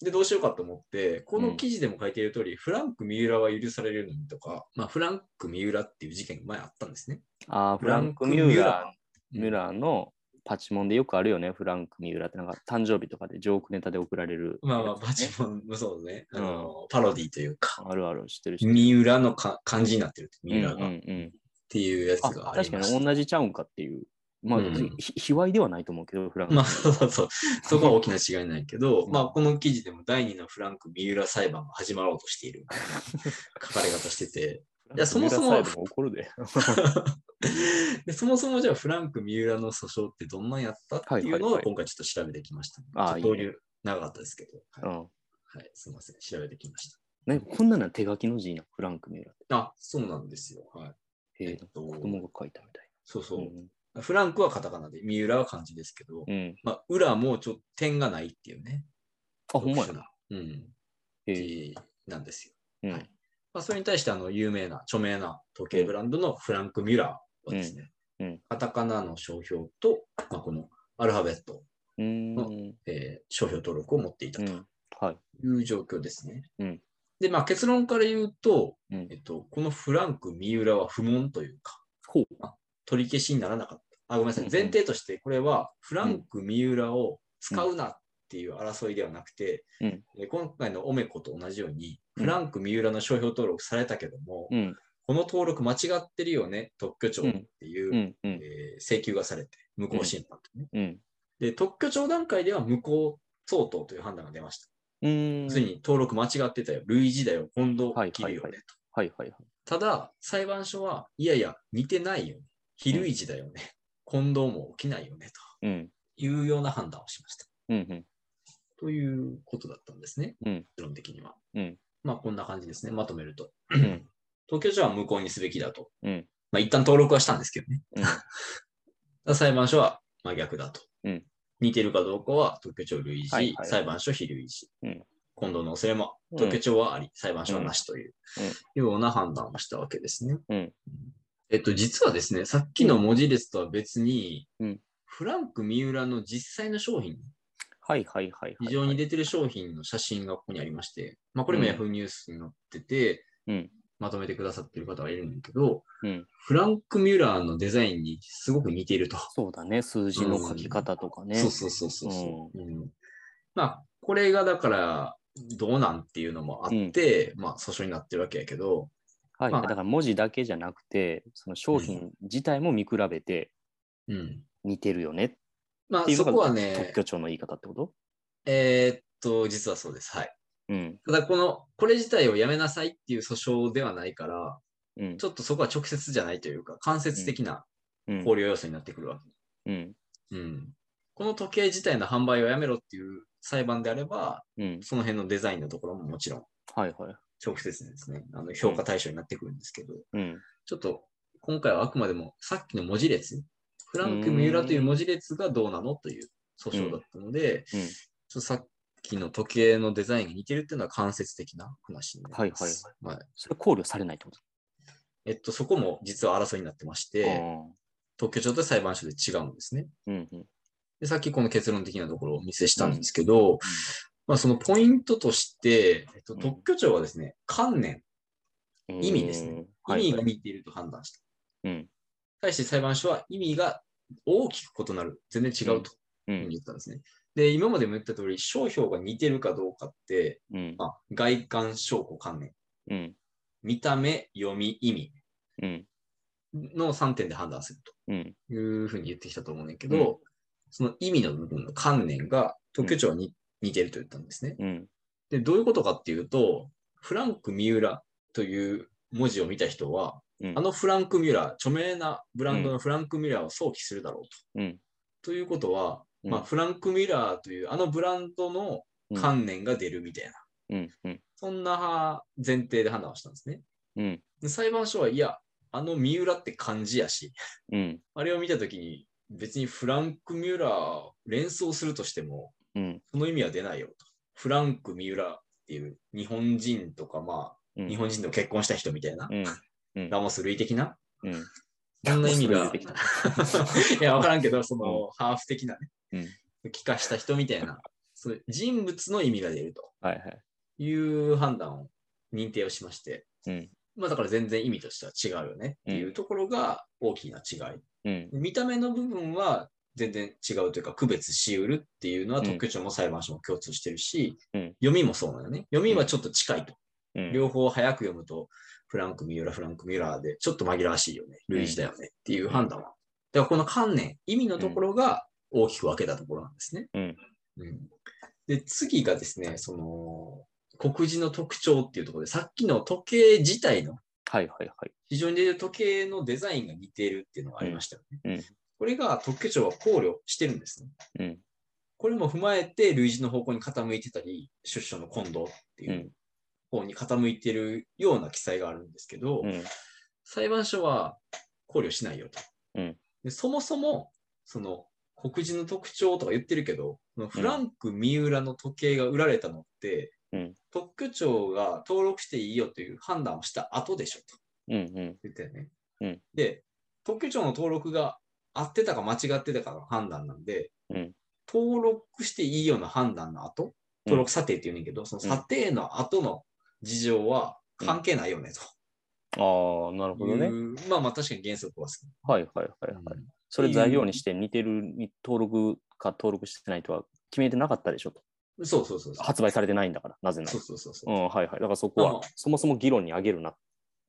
Speaker 1: で、どうしようかと思って、こ
Speaker 2: う
Speaker 1: の
Speaker 2: ん
Speaker 1: 記事でも書いている通り、フランク・ミューラは許されるのにとか、まあ、フランク・ミューラっていう事件が前あったんですね。
Speaker 2: ああ、フランク・ミューラー、ミューラーのパチモンでよくあるよね、フランク・ミューラーってなんか誕生日とかでジョークネタで送られる。
Speaker 1: まあまあ、パチモンもそうね。あの、パロディというか、
Speaker 2: あるある知ってる人。
Speaker 1: ミューラのか漢字になってるって、
Speaker 2: うん
Speaker 1: ミ
Speaker 2: う
Speaker 1: ュー
Speaker 2: んう
Speaker 1: ラがっ
Speaker 2: ん。
Speaker 1: ていうやつ
Speaker 2: あ
Speaker 1: があり
Speaker 2: 確か
Speaker 1: ました。
Speaker 2: に同じちゃうんかっていう。まあ、
Speaker 1: うん
Speaker 2: ひ卑猥ではないと思うけど、フランク。
Speaker 1: まあ、そうそうそう。そこは大きな違いないけど、まあ、この記事でも第二のフランク・ミューラ裁判が始まろうとしてい るみたいな書かれ方してて、いやそもそも
Speaker 2: ミューラーサイドも怒るで。
Speaker 1: でそもそもじゃあフランク・ミューラの訴訟ってどんなんやったっていうの
Speaker 2: はいはい
Speaker 1: を
Speaker 2: はい
Speaker 1: 今回ちょっと調べてきました、
Speaker 2: ああ
Speaker 1: ちょっと
Speaker 2: いいね
Speaker 1: 長かったですけど、
Speaker 2: う
Speaker 1: はい
Speaker 2: ん。
Speaker 1: はいすみません、調べてきまし
Speaker 2: なんかこんなの手書きの字な、フランク・ミューラーって。
Speaker 1: た。あ、そうなんですよ。はい。
Speaker 2: へえ、
Speaker 1: っと
Speaker 2: 子供が書いたみたい
Speaker 1: そう
Speaker 2: な。
Speaker 1: そう、フランクはカタカナで、ミューラは漢字ですけど、
Speaker 2: うん。うん
Speaker 1: まあ、裏もちょっと点がないっていうね。
Speaker 2: あ、ほんまや
Speaker 1: 特殊
Speaker 2: な。
Speaker 1: な。うん。
Speaker 2: へえ
Speaker 1: 字なんですよ。
Speaker 2: うん
Speaker 1: はいまあ、それに対してあの有名な著名な時計ブランドのフランク・ミュラーはですね、
Speaker 2: うんうん
Speaker 1: カタカナの商標と、まあ、このアルファベット、
Speaker 2: うーん。
Speaker 1: えー商標登録を持っていた
Speaker 2: う
Speaker 1: と
Speaker 2: ん。はい。
Speaker 1: いう状況ですね。
Speaker 2: うん
Speaker 1: で、まあ、結論から言うと、
Speaker 2: うん
Speaker 1: えっと、このフランク・ミュラーは不問というか、
Speaker 2: ほう。
Speaker 1: 取り消しにならなかった。あ、ごめんなさ
Speaker 2: うん
Speaker 1: い。
Speaker 2: うん
Speaker 1: 前提として、これはフランク・ミュラーを使うなっていう争いではなくて、
Speaker 2: うん
Speaker 1: えー今回のオメコと同じように、フランク・ミュラーの商標登録されたけども、
Speaker 2: うん。
Speaker 1: この登録間違ってるよね、特許庁っていう、
Speaker 2: うん。うん。
Speaker 1: えー請求がされて、無効審判とね、
Speaker 2: うん。
Speaker 1: で、特許庁段階では無効相当という判断が出ました。
Speaker 2: うーん
Speaker 1: 要するに登録間違ってたよ、類似だよ、今度切るよねと。
Speaker 2: はいはいはいはい。
Speaker 1: ただ、裁判所は、いやいや、似てないよね、非類似だよね、今度も起きないよね
Speaker 2: うん。
Speaker 1: というような判断をしました。
Speaker 2: うん。
Speaker 1: ということだったんですね、
Speaker 2: うん
Speaker 1: 理論的には。
Speaker 2: うん
Speaker 1: まあ、こんな感じですね、まとめると。
Speaker 2: ん
Speaker 1: 東京庁は無効にすべきだと。
Speaker 2: うん
Speaker 1: まあ、一旦登録はしたんですけどね。
Speaker 2: うん。
Speaker 1: 裁判所は真逆だと。
Speaker 2: うん
Speaker 1: 似てるかどうかは特許庁類似、
Speaker 2: はいはい
Speaker 1: 裁判所非類似。
Speaker 2: うん
Speaker 1: 今度の恐れも
Speaker 2: うん
Speaker 1: 特許庁はあり、裁判所はなしという、ような判断をしたわけですね。
Speaker 2: うん
Speaker 1: えっと、実はですね、さっきの文字列とは別に、
Speaker 2: うん
Speaker 1: フランク・ミューラの実際の商品、
Speaker 2: はいはいはい。
Speaker 1: 非常に出てる商品の写真がここにありまして、まあ、これも
Speaker 2: うん
Speaker 1: Yahoo ニュースに載ってて、
Speaker 2: うん
Speaker 1: まとめてくださってる方がいるんだけど、
Speaker 2: うん
Speaker 1: フランク・ミューラーのデザインにすごく似ていると。
Speaker 2: そうだね、数字の書き方とかね。
Speaker 1: そうそうそうそうそう、うんまあ、これがだから、どうなんっていうのもあって、まあ、訴訟になってるわけやけど、
Speaker 2: はい。
Speaker 1: ま
Speaker 2: だ
Speaker 1: あ
Speaker 2: から文字だけじゃなくて、その商品自体も見比べて
Speaker 1: うん。
Speaker 2: 似てるよねっ
Speaker 1: ま
Speaker 2: て
Speaker 1: あ、
Speaker 2: いう
Speaker 1: そ
Speaker 2: の
Speaker 1: こは
Speaker 2: が
Speaker 1: ね
Speaker 2: 特、許庁の言い方ってこと
Speaker 1: えーっと、実はそうです。はい。
Speaker 2: うん。
Speaker 1: ただ、この、これ自体をやめなさいっていう訴訟ではないから、
Speaker 2: うん
Speaker 1: ち。ょっとそこは直接じゃないというか、間接的な
Speaker 2: うん
Speaker 1: 考慮要素になってくるわ
Speaker 2: うん。
Speaker 1: け。うん。この時計自体の販売をやめろっていう裁判であれば、
Speaker 2: うん。
Speaker 1: その辺のデザインのところももちろん
Speaker 2: はいはい。
Speaker 1: 直接ですね、あの評価対象になってくるんですけど、
Speaker 2: うん。
Speaker 1: ちょっと今回はあくまでもさっきの文字列、フランク・ミューラという文字列がどうなのという訴訟だったので、
Speaker 2: うんうん
Speaker 1: ちょっとさっきの時計のデザインが似てるっていうのは間接的な話になります。はい
Speaker 2: それ考慮されないってこと
Speaker 1: えっと、そこも実は争いになってまして、特許庁と裁判所で違うんですね。
Speaker 2: うんうんうん。
Speaker 1: でさっきこの結論的なところをお見せしたんですけど、まあ、そのポイントとして、えっと、
Speaker 2: うん
Speaker 1: 特許庁はですね、観念、
Speaker 2: うん
Speaker 1: 意味ですね。
Speaker 2: は
Speaker 1: 意
Speaker 2: い
Speaker 1: 味
Speaker 2: は
Speaker 1: が
Speaker 2: い
Speaker 1: 似ていると判断した。
Speaker 2: うん
Speaker 1: 対して裁判所は意味が大きく異なる、全然違うと
Speaker 2: う
Speaker 1: いうふうに
Speaker 2: ん
Speaker 1: 言ったんですね。で、今までも言った通り、商標が似てるかどうかって、
Speaker 2: うん
Speaker 1: まあ、外観、証拠、観念、
Speaker 2: うん
Speaker 1: 見た目、読み、意味
Speaker 2: うん
Speaker 1: の3点で判断する
Speaker 2: うん
Speaker 1: というふうに言ってきたと思うんだけど、その意味の部分の観念が特許庁に似てると言ったんですね。
Speaker 2: うん
Speaker 1: で、どういうことかっていうと、フランク・ミューラという文字を見た人は、
Speaker 2: うん
Speaker 1: あのフランク・ミュラー、著名なブランドのフランク・ミュラーを想起するだろうと。
Speaker 2: うん
Speaker 1: ということは、
Speaker 2: うん
Speaker 1: まあ、フランク・ミュラーというあのブランドの観念が出るみたいな、
Speaker 2: うんうん
Speaker 1: そんな前提で判断をしたんですね。
Speaker 2: うん
Speaker 1: で裁判所は、いや、あの三浦って漢字やし、
Speaker 2: うん。
Speaker 1: あれを見たときに、別にフランク・ミューラーを連想するとしても、
Speaker 2: うん。
Speaker 1: その意味は出ないよと。フランク・ミューラーっていう日本人とか、ま
Speaker 2: う
Speaker 1: あ、
Speaker 2: ん。
Speaker 1: 日本人と結婚した人みたいな、
Speaker 2: うん。うん
Speaker 1: ラモス類的な、
Speaker 2: うん。
Speaker 1: そんな意味
Speaker 2: ラ
Speaker 1: が
Speaker 2: モス類 的、
Speaker 1: いや、わからんけど、その、
Speaker 2: う
Speaker 1: ハーフ的なね、帰化した人みたいな、そういう人物の意味が出ると
Speaker 2: はいはい。
Speaker 1: いう判断を、認定をしまして、
Speaker 2: うん。
Speaker 1: まあだから全然意味としては違うよねっていうところが大きな違い。
Speaker 2: うん。
Speaker 1: 見た目の部分は全然違うというか区別しうるっていうのは
Speaker 2: うん
Speaker 1: 特許庁も裁判所も共通してるし、
Speaker 2: うん
Speaker 1: 読みもそうなのね。読みはちょっと近いと。
Speaker 2: うん。
Speaker 1: 両方早く読むと、フランク・ミューラ、フランク・ミューラーで、ちょっと紛らわしいよね。類似だよねっていう判断は。だからこの観念、意味のところが大きく分けたところなんですね。
Speaker 2: うん
Speaker 1: うんで、次がですね、その、告示の特徴っていうところで、さっきの時計自体の
Speaker 2: はいはいはい。
Speaker 1: 非常に出てる時計のデザインが似ているっていうのがありましたよね。
Speaker 2: うんうん
Speaker 1: これが特許庁は考慮してるんですね。
Speaker 2: うん。
Speaker 1: これも踏まえて類似の方向に傾いてたり、出所の近藤っていう方に傾いてるような記載があるんですけど、
Speaker 2: うん。
Speaker 1: 裁判所は考慮しないよと。
Speaker 2: うん
Speaker 1: でそもそも、その、黒人の特徴とか言ってるけど、そのフランク・三浦の時計が売られたのって、
Speaker 2: うん
Speaker 1: 特許庁が登録していいよという判断をした後でしょと。
Speaker 2: うん。うん。
Speaker 1: 言ったよね。
Speaker 2: うん
Speaker 1: で、特許庁の登録が合ってたか間違ってたかの判断なんで、
Speaker 2: うん
Speaker 1: 登録していいような判断の後、登録査定って言うねんけど、その査定の後の事情は関係ないよね、
Speaker 2: ああ、なる
Speaker 1: と
Speaker 2: ほど
Speaker 1: い
Speaker 2: ね。
Speaker 1: う、まあまあ確かに原則は好き。
Speaker 2: はいはいはいはい。それ材料にして似てるに登録か登録してないとは決めてなかったでしょと。
Speaker 1: うんそうそうそうそう。
Speaker 2: 発売されてないんだから、なぜな
Speaker 1: そ
Speaker 2: ら
Speaker 1: う。そうそうそうう。
Speaker 2: ん、はいはい。だからそこ
Speaker 1: あ
Speaker 2: は
Speaker 1: の、
Speaker 2: そもそも議論に上げるなっ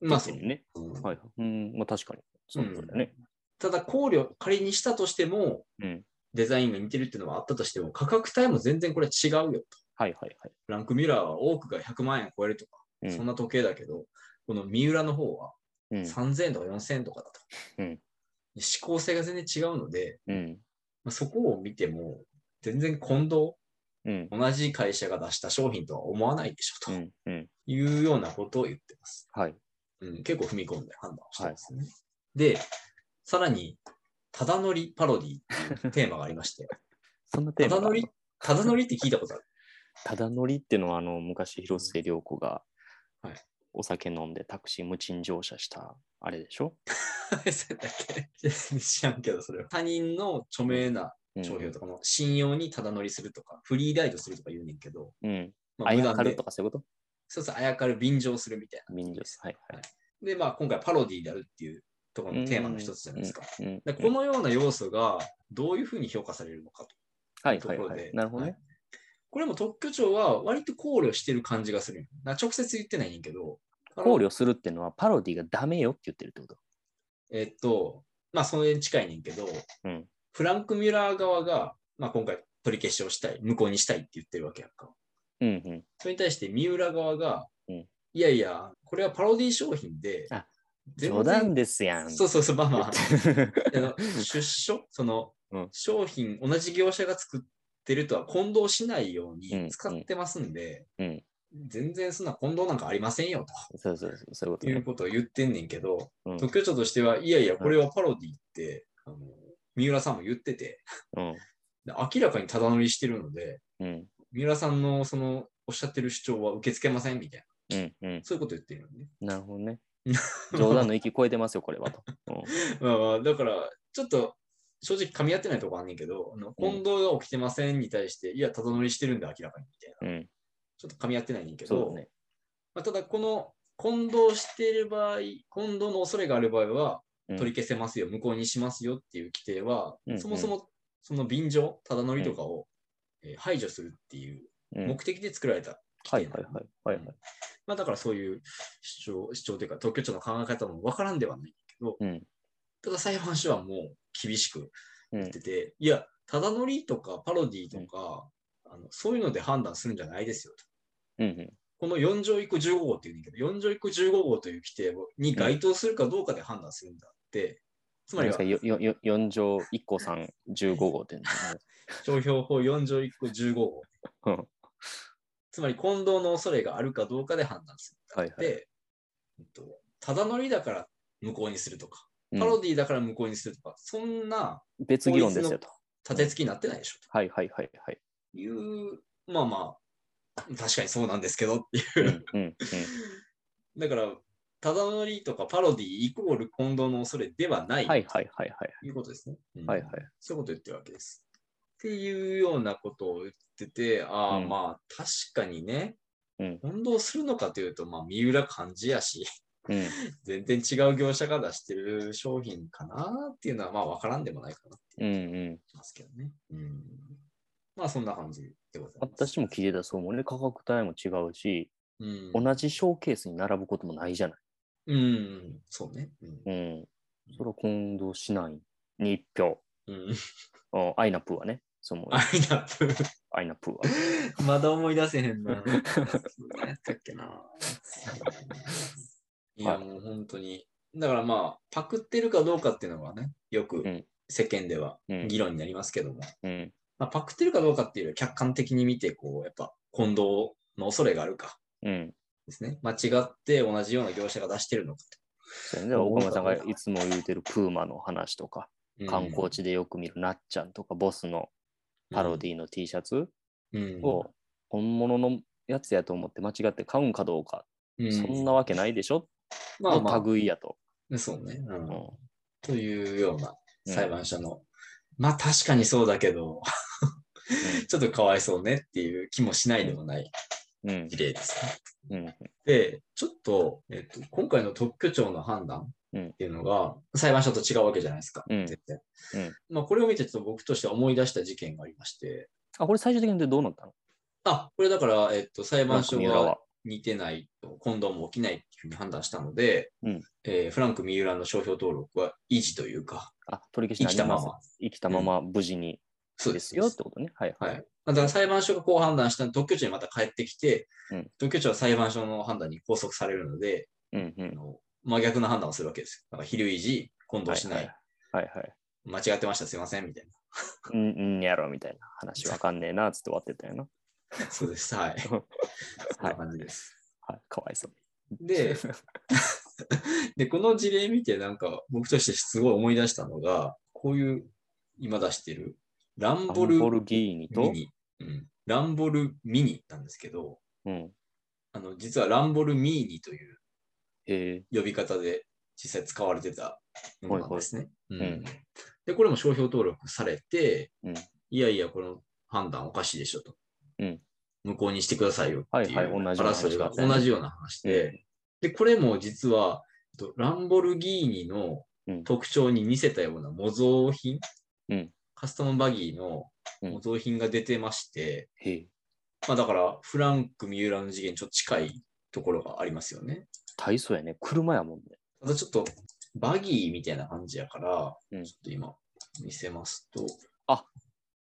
Speaker 1: まあそ
Speaker 2: ていううね。
Speaker 1: うん
Speaker 2: はい。うん、まあ確かに。そうそうだね。
Speaker 1: ただ考慮、仮にしたとしても、
Speaker 2: うん。
Speaker 1: デザインが似てるっていうのはあったとしても、価格帯も全然これ違うよと。
Speaker 2: はいはいはい。
Speaker 1: フランク・ミュラーは多くが100万円を超えるとか、
Speaker 2: うん
Speaker 1: そんな時計だけど、この三浦の方は
Speaker 2: うん。
Speaker 1: 3000円とか4000円とかだと。
Speaker 2: うん
Speaker 1: 指向性が全然違うので、
Speaker 2: うん。
Speaker 1: まあ、そこを見ても、全然近藤、
Speaker 2: うん。
Speaker 1: 同じ会社が出した商品とは思わないでしょ
Speaker 2: う
Speaker 1: と
Speaker 2: ん。うん。
Speaker 1: いうようなことを言ってます。
Speaker 2: はい。
Speaker 1: うん、結構踏み込んで判断をしてますね。で、さらに、ただ乗りパロディっていうテーマがありまして、
Speaker 2: そん なテ
Speaker 1: た
Speaker 2: ーマ
Speaker 1: だ
Speaker 2: が
Speaker 1: 乗り、ただ乗りって聞いたことある。
Speaker 2: ただ乗りっていうのは、あの、昔、広末涼子が
Speaker 1: はい、
Speaker 2: お酒飲んでタクシー無賃乗車した、あれでしょ
Speaker 1: そうだっけ知らんけど、それは。他人の著名な
Speaker 2: うん
Speaker 1: 商標とかの信用にただ乗りするとか、フリーライドするとか言うねんけど、
Speaker 2: うん。
Speaker 1: ま
Speaker 2: あや
Speaker 1: 無
Speaker 2: か
Speaker 1: 断で
Speaker 2: るとかそういうこ
Speaker 1: そうそう、あやかる便乗するみたい
Speaker 2: と民女です。はいはい。
Speaker 1: な。で、まあ、今回パロディであるっていうところのテーマの一つじゃないですか。
Speaker 2: うん
Speaker 1: でこのような要素がどういうふうに評価されるのかと
Speaker 2: はい
Speaker 1: いうと
Speaker 2: は
Speaker 1: こ
Speaker 2: い
Speaker 1: ろで。
Speaker 2: はい。なるほど
Speaker 1: は
Speaker 2: ね
Speaker 1: い。これも特許庁は割と考慮してる感じがするよ。な直接言ってないねんけど。
Speaker 2: 考慮するっていうのは、パロディがダメよって言ってるってこと。
Speaker 1: えっと、まあ、その辺近いねんけど、
Speaker 2: うん
Speaker 1: フランク・ミュラー側が、まあ、今回取り消しをしたい、無効にしたいって言ってるわけやんか。
Speaker 2: うんうん。
Speaker 1: それに対して三浦側が、
Speaker 2: うん
Speaker 1: いやいや、これはパロディ商品で、
Speaker 2: あ
Speaker 1: 全然
Speaker 2: 冗談ですやん。
Speaker 1: そうそうそう、まあまあ、 あの
Speaker 2: うん
Speaker 1: 出所、その、
Speaker 2: うん
Speaker 1: 商品、同じ業者が作ってるとは混同しないよう
Speaker 2: うん
Speaker 1: に使ってますんで、
Speaker 2: うん
Speaker 1: 全然そんな混同なんかありませんよ
Speaker 2: そうそうそう、そういうこと
Speaker 1: という
Speaker 2: ね。
Speaker 1: ことを言ってんねんけど、
Speaker 2: うん
Speaker 1: 特許庁としては、いやいや、これはパロディって、あの三浦さんも言ってて、
Speaker 2: うん。
Speaker 1: で明らかにただ乗りしてるので、
Speaker 2: うん。
Speaker 1: 三浦さんのそのおっしゃってる主張は受け付けませんみたいな、
Speaker 2: うん。うん。
Speaker 1: そういうこと言ってるよね。
Speaker 2: なるほど ね。冗談の域超えてますよ、これはと。
Speaker 1: まあまあ、だから、ちょっと、正直噛み合ってないとこあんねんけど、あの
Speaker 2: う
Speaker 1: 近
Speaker 2: ん
Speaker 1: 藤が起きてませんに対して、いや、ただ乗りしてるんだ、明らかに、みたいな。
Speaker 2: うん。うん。
Speaker 1: ちょっと噛み合ってないねんけ
Speaker 2: そう
Speaker 1: ど、
Speaker 2: だね。
Speaker 1: まあ、ただ、この、混同している場合、混同の恐れがある場合は、
Speaker 2: うん
Speaker 1: 取り消せますよ、無効にしますよっていう規定は、
Speaker 2: うんうん
Speaker 1: そもそも、その便乗、ただ乗りとかを、えー排除するっていう
Speaker 2: うん
Speaker 1: 目的で作られた。
Speaker 2: はいはいはい。はいはい。
Speaker 1: まあ、だからそういう主張、主張というか、特許庁の考え方もわからんではないんだけど、
Speaker 2: うん
Speaker 1: ただ裁判所はもう厳しく
Speaker 2: うん
Speaker 1: 言ってて、いや、ただ乗りとかパロディとか、あのそういうので判断するんじゃないですよと。
Speaker 2: うんうん。
Speaker 1: この4条1項15号っていうんだけど、4条1項15号という規定に該当するかどうかで判断するんだって、つま
Speaker 2: 何
Speaker 1: り
Speaker 2: です
Speaker 1: は
Speaker 2: か、よよよ4条1個3、15号っていう
Speaker 1: 商標法4条1項15号。
Speaker 2: の。うん
Speaker 1: つまり混同の恐れがあるかどうかで判断するんだって、
Speaker 2: はいは
Speaker 1: えっとただ乗りだから無効にするとか、
Speaker 2: うん
Speaker 1: パロディだから無効にするとか、そんな
Speaker 2: 別議論ですよと。
Speaker 1: 立て付きになってないでしょ
Speaker 2: はいはいはい はい。
Speaker 1: という、まあまあ、確かにそうなんですけどっていうう。
Speaker 2: んうんうん。
Speaker 1: だから、ただ乗りとかパロディイコール近藤の恐れではない、
Speaker 2: はいはいはいはい。
Speaker 1: ということですね。うん
Speaker 2: はいはい。
Speaker 1: そういうことを言ってるわけです。っていうようなことを言ってて、ああ、
Speaker 2: うん
Speaker 1: まあ確かにね、
Speaker 2: うん
Speaker 1: 混同するのかというと、まあ三浦漢字やし、
Speaker 2: うん。
Speaker 1: 全然違う業者が出してる商品かなっていうのは、まあ分からんでもないかなって
Speaker 2: う
Speaker 1: いうん
Speaker 2: うん。
Speaker 1: 気がしますけどね。うんまあそんな感じでございます。
Speaker 2: 私も聞いてたそうもね、価格帯も違うし、
Speaker 1: うん、
Speaker 2: 同じショーケースに並ぶこともないじゃない。
Speaker 1: うん、そうね。うん
Speaker 2: うん。それは近藤市内に一票。
Speaker 1: うん、
Speaker 2: うんアイナプーはね。そう思うよ
Speaker 1: アイナップ。
Speaker 2: アイナ プーは。
Speaker 1: まだ思い出せへ んな。何やったっけな。いや、もう本当に。だからまあ、パクってるかどうかっていうのがね、よく
Speaker 2: うん
Speaker 1: 世間では
Speaker 2: うん
Speaker 1: 議論になりますけども、
Speaker 2: うん。
Speaker 1: まあ、パクってるかどうかっていうよりは客観的に見て、こう、やっぱ混同の恐れがあるか
Speaker 2: うん。
Speaker 1: ですね。間違って同じような業者が出してるのか
Speaker 2: そうやね。だから岡村さんがいつも言うてるプーマの話とか、
Speaker 1: と。
Speaker 2: 観光地でよく見るなっちゃんとか、ボスのパロデ
Speaker 1: ィ
Speaker 2: ィの T シャツ
Speaker 1: ー
Speaker 2: を本物のやつやと思って間違って買うんかどうか、そんなわけないでしょ、
Speaker 1: まあま
Speaker 2: 類いやと。
Speaker 1: あ、そうね、う
Speaker 2: うんん
Speaker 1: というような裁判所の、まあ確かにそうだけど、ちょっとかわいそうねっていう気もしないでもない
Speaker 2: うん
Speaker 1: 事例ですね。
Speaker 2: うん
Speaker 1: で、ちょっと、えっと、今回の特許庁の判断っていうのが、裁判所と違うわけじゃないですか。
Speaker 2: うん
Speaker 1: 全然
Speaker 2: うん
Speaker 1: まあ、これを見て、ちょっと僕としては思い出した事件がありまして、
Speaker 2: あこれ最終的にどうなったの
Speaker 1: あ、これだから、えっと、裁
Speaker 2: フ
Speaker 1: 判
Speaker 2: ランク
Speaker 1: 所
Speaker 2: 三浦
Speaker 1: が
Speaker 2: は。
Speaker 1: 似てないと、混同も起きないっていうふうに判断したので、
Speaker 2: うん
Speaker 1: えーフランク三浦の商標登録は維持というか、
Speaker 2: あ取り
Speaker 1: 生
Speaker 2: 消
Speaker 1: き
Speaker 2: したなり
Speaker 1: ま
Speaker 2: ません
Speaker 1: ま。
Speaker 2: 生きたまま無事に
Speaker 1: そう
Speaker 2: で
Speaker 1: です
Speaker 2: す
Speaker 1: そう
Speaker 2: よっ
Speaker 1: です
Speaker 2: てことね。はい。
Speaker 1: はい。だから裁判所がこう判断した特許庁にまた帰ってきて、
Speaker 2: うん
Speaker 1: 特許庁は裁判所の判断に拘束されるので、
Speaker 2: うんう
Speaker 1: あ
Speaker 2: ん。
Speaker 1: の真逆の判断をするわけですよ。なんか、ひるいじ、混同しない,、
Speaker 2: はいはいはい。
Speaker 1: 間違ってました、すいません、みたい
Speaker 2: うんうんやろみたいな話わかんねえなつって終わってたよな。
Speaker 1: な。 そうです、はい。そんな感じです。
Speaker 2: はい、かわいそう。
Speaker 1: で、 で、この事例見て、なんか、僕としてすごい思い出したのが、こういう、今出してる、ラン
Speaker 2: ラン
Speaker 1: ボル
Speaker 2: ボルギーニ
Speaker 1: ミ
Speaker 2: と、
Speaker 1: ニ、うん、ランボルミニなんですけど、
Speaker 2: うん、
Speaker 1: あの、実はランボルミーニという
Speaker 2: え
Speaker 1: 呼び方で実際使われてたものなんですね。
Speaker 2: いはい
Speaker 1: うんで、これも商標登録されて、
Speaker 2: うん
Speaker 1: いやいや、この判断おかしいでしょと。
Speaker 2: うん
Speaker 1: 無効にしてくださいよっていう
Speaker 2: はいはい同じような話
Speaker 1: 争いが
Speaker 2: だね
Speaker 1: 同じような話で、で、これも実は、えっとランボルギーニの
Speaker 2: うん
Speaker 1: 特徴に似せたような模造品、
Speaker 2: うん
Speaker 1: カスタムバギーの模造品が出てまして、
Speaker 2: ー、へー
Speaker 1: まあだから、フランク・ミューラの次元にちょっと近いところがありますよね。
Speaker 2: 体操やね。車やもんね。
Speaker 1: ただちょっと、バギーみたいな感じやから、
Speaker 2: うん
Speaker 1: ちょっと今、見せます と。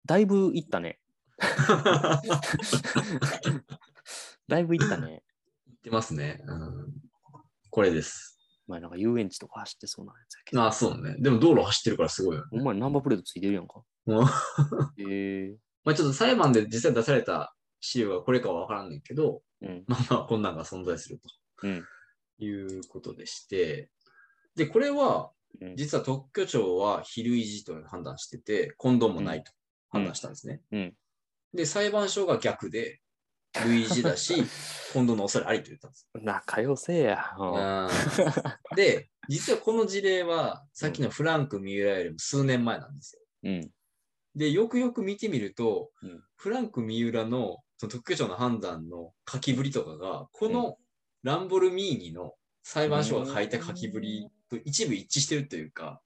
Speaker 2: だいぶいったね。 だいぶいったね。
Speaker 1: 言ってますね。うん、これです。
Speaker 2: まあなんか遊園地とか走ってそうなやつやけど。
Speaker 1: ああ、そうね。でも道路走ってるからすごいよね。
Speaker 2: お前ナンバープレートついてるやんか。
Speaker 1: うん
Speaker 2: へ え
Speaker 1: まあちょっと裁判で実際出された資料がこれかはわからんねんけど、
Speaker 2: うん。
Speaker 1: まあまあこんなんが存在すると
Speaker 2: うん。
Speaker 1: いうことでして、で、これは
Speaker 2: うん
Speaker 1: 実は特許庁は比類維持と判断してて、混同もないと判断したんですね。
Speaker 2: うん
Speaker 1: で、裁判所が逆で、類似だ し、混同の恐れありと言ったんです。
Speaker 2: 仲良せえや。うん
Speaker 1: うんで、実はこの事例は、さっきのフランク・ミューラーよりも数年前なんですよ。
Speaker 2: うん。
Speaker 1: で、よくよく見てみると、
Speaker 2: うん
Speaker 1: フランク・ミューラのその特許庁の判断の書きぶりとかが、このランボルミーニの裁判所が書いた書きぶりと一部一致してるというか、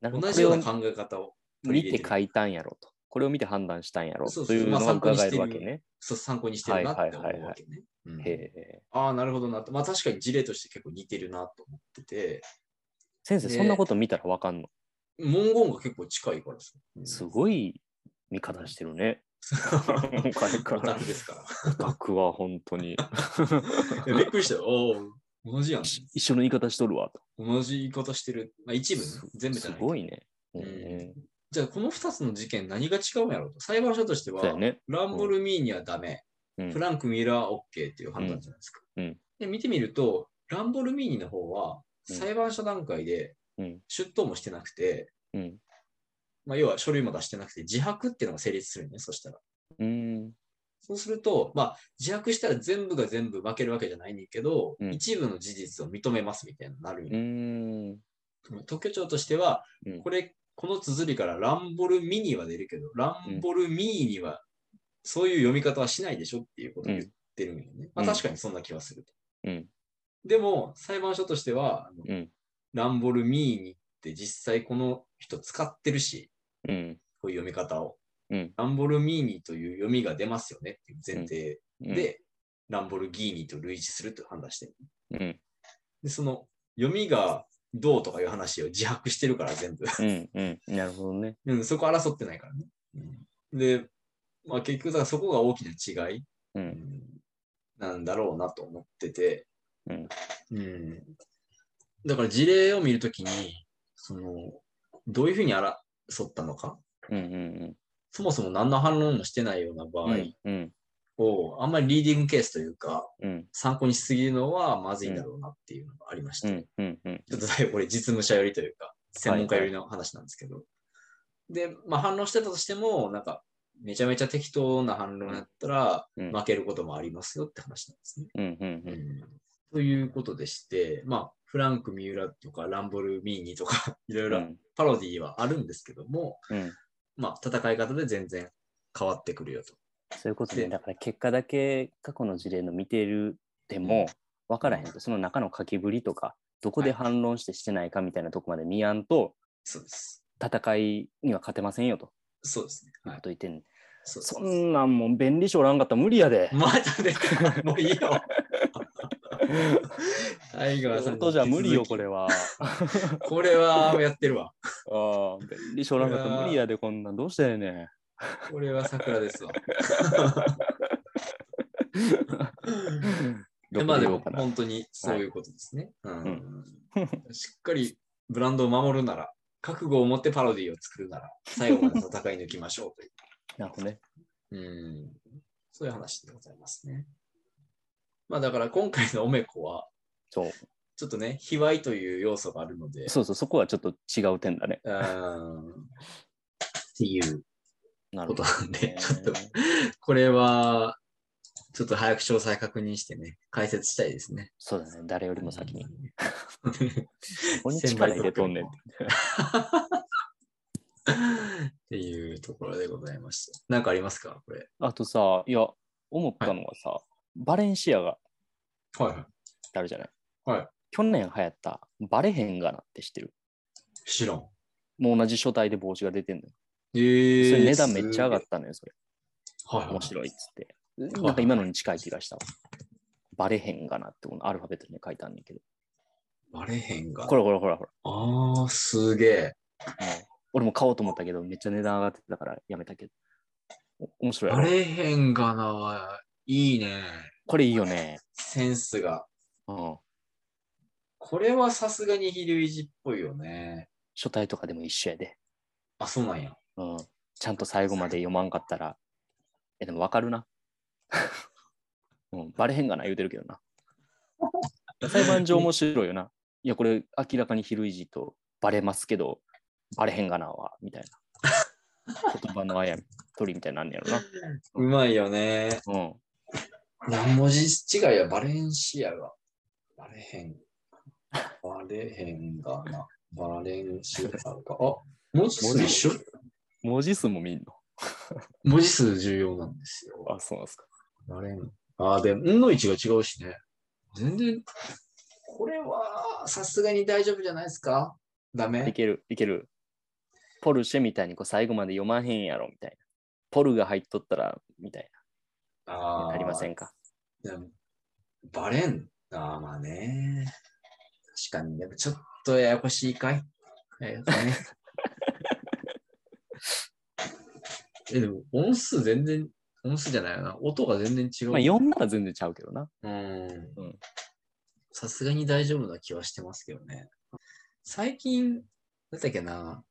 Speaker 2: なん
Speaker 1: 同
Speaker 2: かこ
Speaker 1: じ
Speaker 2: れ
Speaker 1: よう
Speaker 2: を
Speaker 1: な考え方を取
Speaker 2: 見
Speaker 1: り入れ
Speaker 2: て
Speaker 1: て
Speaker 2: 書
Speaker 1: る
Speaker 2: いたんやろと。これを見て判断したんやろ
Speaker 1: そうそう
Speaker 2: という
Speaker 1: ま
Speaker 2: の
Speaker 1: あ
Speaker 2: が
Speaker 1: 参考に
Speaker 2: 伺
Speaker 1: して
Speaker 2: える
Speaker 1: る
Speaker 2: わけね。
Speaker 1: そう参考にしてるなって思
Speaker 2: はいはいうはい
Speaker 1: わ
Speaker 2: は
Speaker 1: けね。うん
Speaker 2: へえ。
Speaker 1: ああ、なるほどなと。まあ確かに事例として結構似てるなと思ってて、
Speaker 2: 先生、
Speaker 1: ね
Speaker 2: そんなこと見たらわかんの。
Speaker 1: 文言が結構近いからですよ。うん
Speaker 2: すごい見方してる ね。今回か
Speaker 1: オタ
Speaker 2: ら
Speaker 1: ク。です か
Speaker 2: 僕は本当に。
Speaker 1: ら。いやびっくりしたよ。おー同じやん。
Speaker 2: 一緒の言い方しとるわと。
Speaker 1: 同じ言い方してる。まあ、一部ね、全部じゃ
Speaker 2: す
Speaker 1: ない。
Speaker 2: ごいね。う
Speaker 1: うん
Speaker 2: ん。
Speaker 1: じゃあ、この2つの事件何が違うんやろうと。裁判所としては、
Speaker 2: そうやね。
Speaker 1: ランボルミーニはダメ、
Speaker 2: うん
Speaker 1: フランク・ミラーは OK っていう判断じゃないですか。
Speaker 2: うんうん
Speaker 1: で見てみると、ランボルミーニの方は、
Speaker 2: うん
Speaker 1: 裁判所段階で
Speaker 2: うん
Speaker 1: 出頭もしてなくて、
Speaker 2: うん。
Speaker 1: まあ、要は書類も出してなくて、自白っていうのが成立するよね、そしたら。
Speaker 2: うん。
Speaker 1: そうすると、まあ、自白したら全部が全部負けるわけじゃないねんけど、
Speaker 2: うん
Speaker 1: 一部の事実を認めますみたいになるん
Speaker 2: う
Speaker 1: よ、
Speaker 2: ん。
Speaker 1: 特許庁としては、
Speaker 2: うん
Speaker 1: これ、この綴りからランボルミニは出るけど、ランボルミーには、そういう読み方はしないでしょっていうことを言ってるんよね。まあ、
Speaker 2: うん
Speaker 1: 確かにそんな気はすると。
Speaker 2: うん
Speaker 1: でも、裁判所としては、あの
Speaker 2: うん
Speaker 1: ランボルミーニって実際この人使ってるし、
Speaker 2: うん。
Speaker 1: こういう読み方を。
Speaker 2: うん
Speaker 1: ランボルミーニという読みが出ますよねっていう前提
Speaker 2: うん、
Speaker 1: で、ランボルギーニと類似すると判断してる
Speaker 2: うん。
Speaker 1: で、その読みがどうとかいう話を自白してるから全部。
Speaker 2: うん。うん。なるほどね。
Speaker 1: うん、そこ争ってないからね。うんで、まあ結局だからそこが大きな違い、う
Speaker 2: う。
Speaker 1: んんなんだろうなと思ってて。
Speaker 2: うん
Speaker 1: うんだから事例を見るときに、その、どういうふうに争ったのか、
Speaker 2: うん。うん。
Speaker 1: そもそも何の反論もしてないような場
Speaker 2: う
Speaker 1: 合
Speaker 2: ん。うん。
Speaker 1: を、あんまりリーディングケースというか、
Speaker 2: うん。
Speaker 1: 参考にしすぎるのはまずいんだろうなっていうのがありまし
Speaker 2: う
Speaker 1: た。
Speaker 2: ん。うん。うん。
Speaker 1: ちょっと だいぶこれ実務者寄りというか、専門家寄りの話なんですけど。で、まあ反論してたとしても、なんか、めちゃめちゃ適当な反論やったら、
Speaker 2: うん
Speaker 1: 負けることもありますよって話なんですね。
Speaker 2: うん。うん。
Speaker 1: うんということでして、まあ、フランク・ミューラとか、ランボル・ミーニとか、 いろいろパロディーはあるんですけども、
Speaker 2: うん。
Speaker 1: まあ、戦い方で全然変わってくるよと。
Speaker 2: そういうことで、だから結果だけ過去の事例の見てるでも分からへんと、その中の書きぶりとか、どこで反論してしてないかみたいなとこまで見やんと、
Speaker 1: そうです。
Speaker 2: 戦いには勝てませんよと
Speaker 1: そうですね。
Speaker 2: いう
Speaker 1: は
Speaker 2: こ
Speaker 1: い。
Speaker 2: と言ってんねん、
Speaker 1: そうです
Speaker 2: そんなんもん便利賞らんかったら無理やで。
Speaker 1: またね、もういい よ。タイガーさん。
Speaker 2: 本当じゃ無理よ、これ。は。
Speaker 1: これはやってるわ。
Speaker 2: ああ、便利賞らんかったら無理やで、こんなんどうしてね ん。
Speaker 1: これは桜ですわ。
Speaker 2: ど
Speaker 1: ま
Speaker 2: こ
Speaker 1: あで
Speaker 2: で言お
Speaker 1: も
Speaker 2: うかな。
Speaker 1: 本当にそういうことですね。
Speaker 2: う
Speaker 1: うん、しっかりブランドを守るなら、覚悟を持ってパロディを作るなら、最後まで戦い抜きましょうという。
Speaker 2: なるほどね。
Speaker 1: うん、そういう話でございますね。まあだから今回のおめこは、
Speaker 2: そう
Speaker 1: ちょっとね、卑猥という要素があるので、
Speaker 2: そうそう、そこはちょっと違う点だね。
Speaker 1: うんっていう
Speaker 2: な
Speaker 1: こ
Speaker 2: る
Speaker 1: と
Speaker 2: ほど。
Speaker 1: なんで
Speaker 2: ね、
Speaker 1: ちょっと、これは、ちょっと早く詳細確認してね、解説したいですね。
Speaker 2: そうだね、誰よりも 先に。。ここに
Speaker 1: 先輩
Speaker 2: 力入れとんねん。
Speaker 1: っていうところでございました。なんかありますかこれ。
Speaker 2: あとさ、いや、思ったのはさ、バレンシアが
Speaker 1: はいはい。
Speaker 2: あるじゃない。
Speaker 1: はい
Speaker 2: 去年流行ったバレへんがなって知ってる。
Speaker 1: 知らん。
Speaker 2: もう同じ書体で帽子が出てんのよ。
Speaker 1: え
Speaker 2: そ
Speaker 1: ー
Speaker 2: れ値段めっちゃ上がったのよ、それ。
Speaker 1: はいはい。
Speaker 2: 面白いっつって。なんか今のに近い気がしたわ。バレへんがなってこのアルファベットに書いてあんねんけど。
Speaker 1: バレへんが。
Speaker 2: これほらほらほら。
Speaker 1: ああ、すげえ。
Speaker 2: うん俺も買おうと思ったけど、めっちゃ値段上がってたからやめたけど。お面白いや
Speaker 1: バ
Speaker 2: ろ。
Speaker 1: レへんがな。いいね。
Speaker 2: これいいよね。
Speaker 1: センスが。
Speaker 2: うん。
Speaker 1: これはさすがにヒルイジっぽいよね。
Speaker 2: 書体とかでも一緒やで。
Speaker 1: あ、そうなんや。
Speaker 2: うん。ちゃんと最後まで読まんかったら。え、でもわかるな。 うん、バレへんがな、言うてるけどな。裁判上面白いよな。いや、これ明らかにヒルイジとバレますけど、バレへんがなは、みたいな。言葉のあや取りみたいになんねやろ
Speaker 1: うまいよね。
Speaker 2: な。うん。
Speaker 1: 何文字違いや、バレンシアが。バレへん。バレへんがな。バレンシアが。あ、文字数一緒
Speaker 2: 文字数も見んの。
Speaker 1: 文字数重要なんですよ。
Speaker 2: あ、そうなんですか。
Speaker 1: バレン。あ、で、んの位置が違うしね。全然、これはさすがに大丈夫じゃないですかダ
Speaker 2: い
Speaker 1: メ
Speaker 2: ける、いける。ポルシェみたいにこう最後まで読まへんやろ、みたいな。ポルが入っとったら、みたいな。
Speaker 1: あ
Speaker 2: ありませ
Speaker 1: ん。
Speaker 2: んか。
Speaker 1: でもバレン。あーまあね。確かに、やっぱちょっとややこしいかい。えっとね え、でも音数全然、音数じゃないよな。音が全然違う。
Speaker 2: まあ、読んだら全然ちゃうけどな。
Speaker 1: うん
Speaker 2: うん
Speaker 1: さすがに大丈夫な気はしてますけどね。最近、なんだっけな、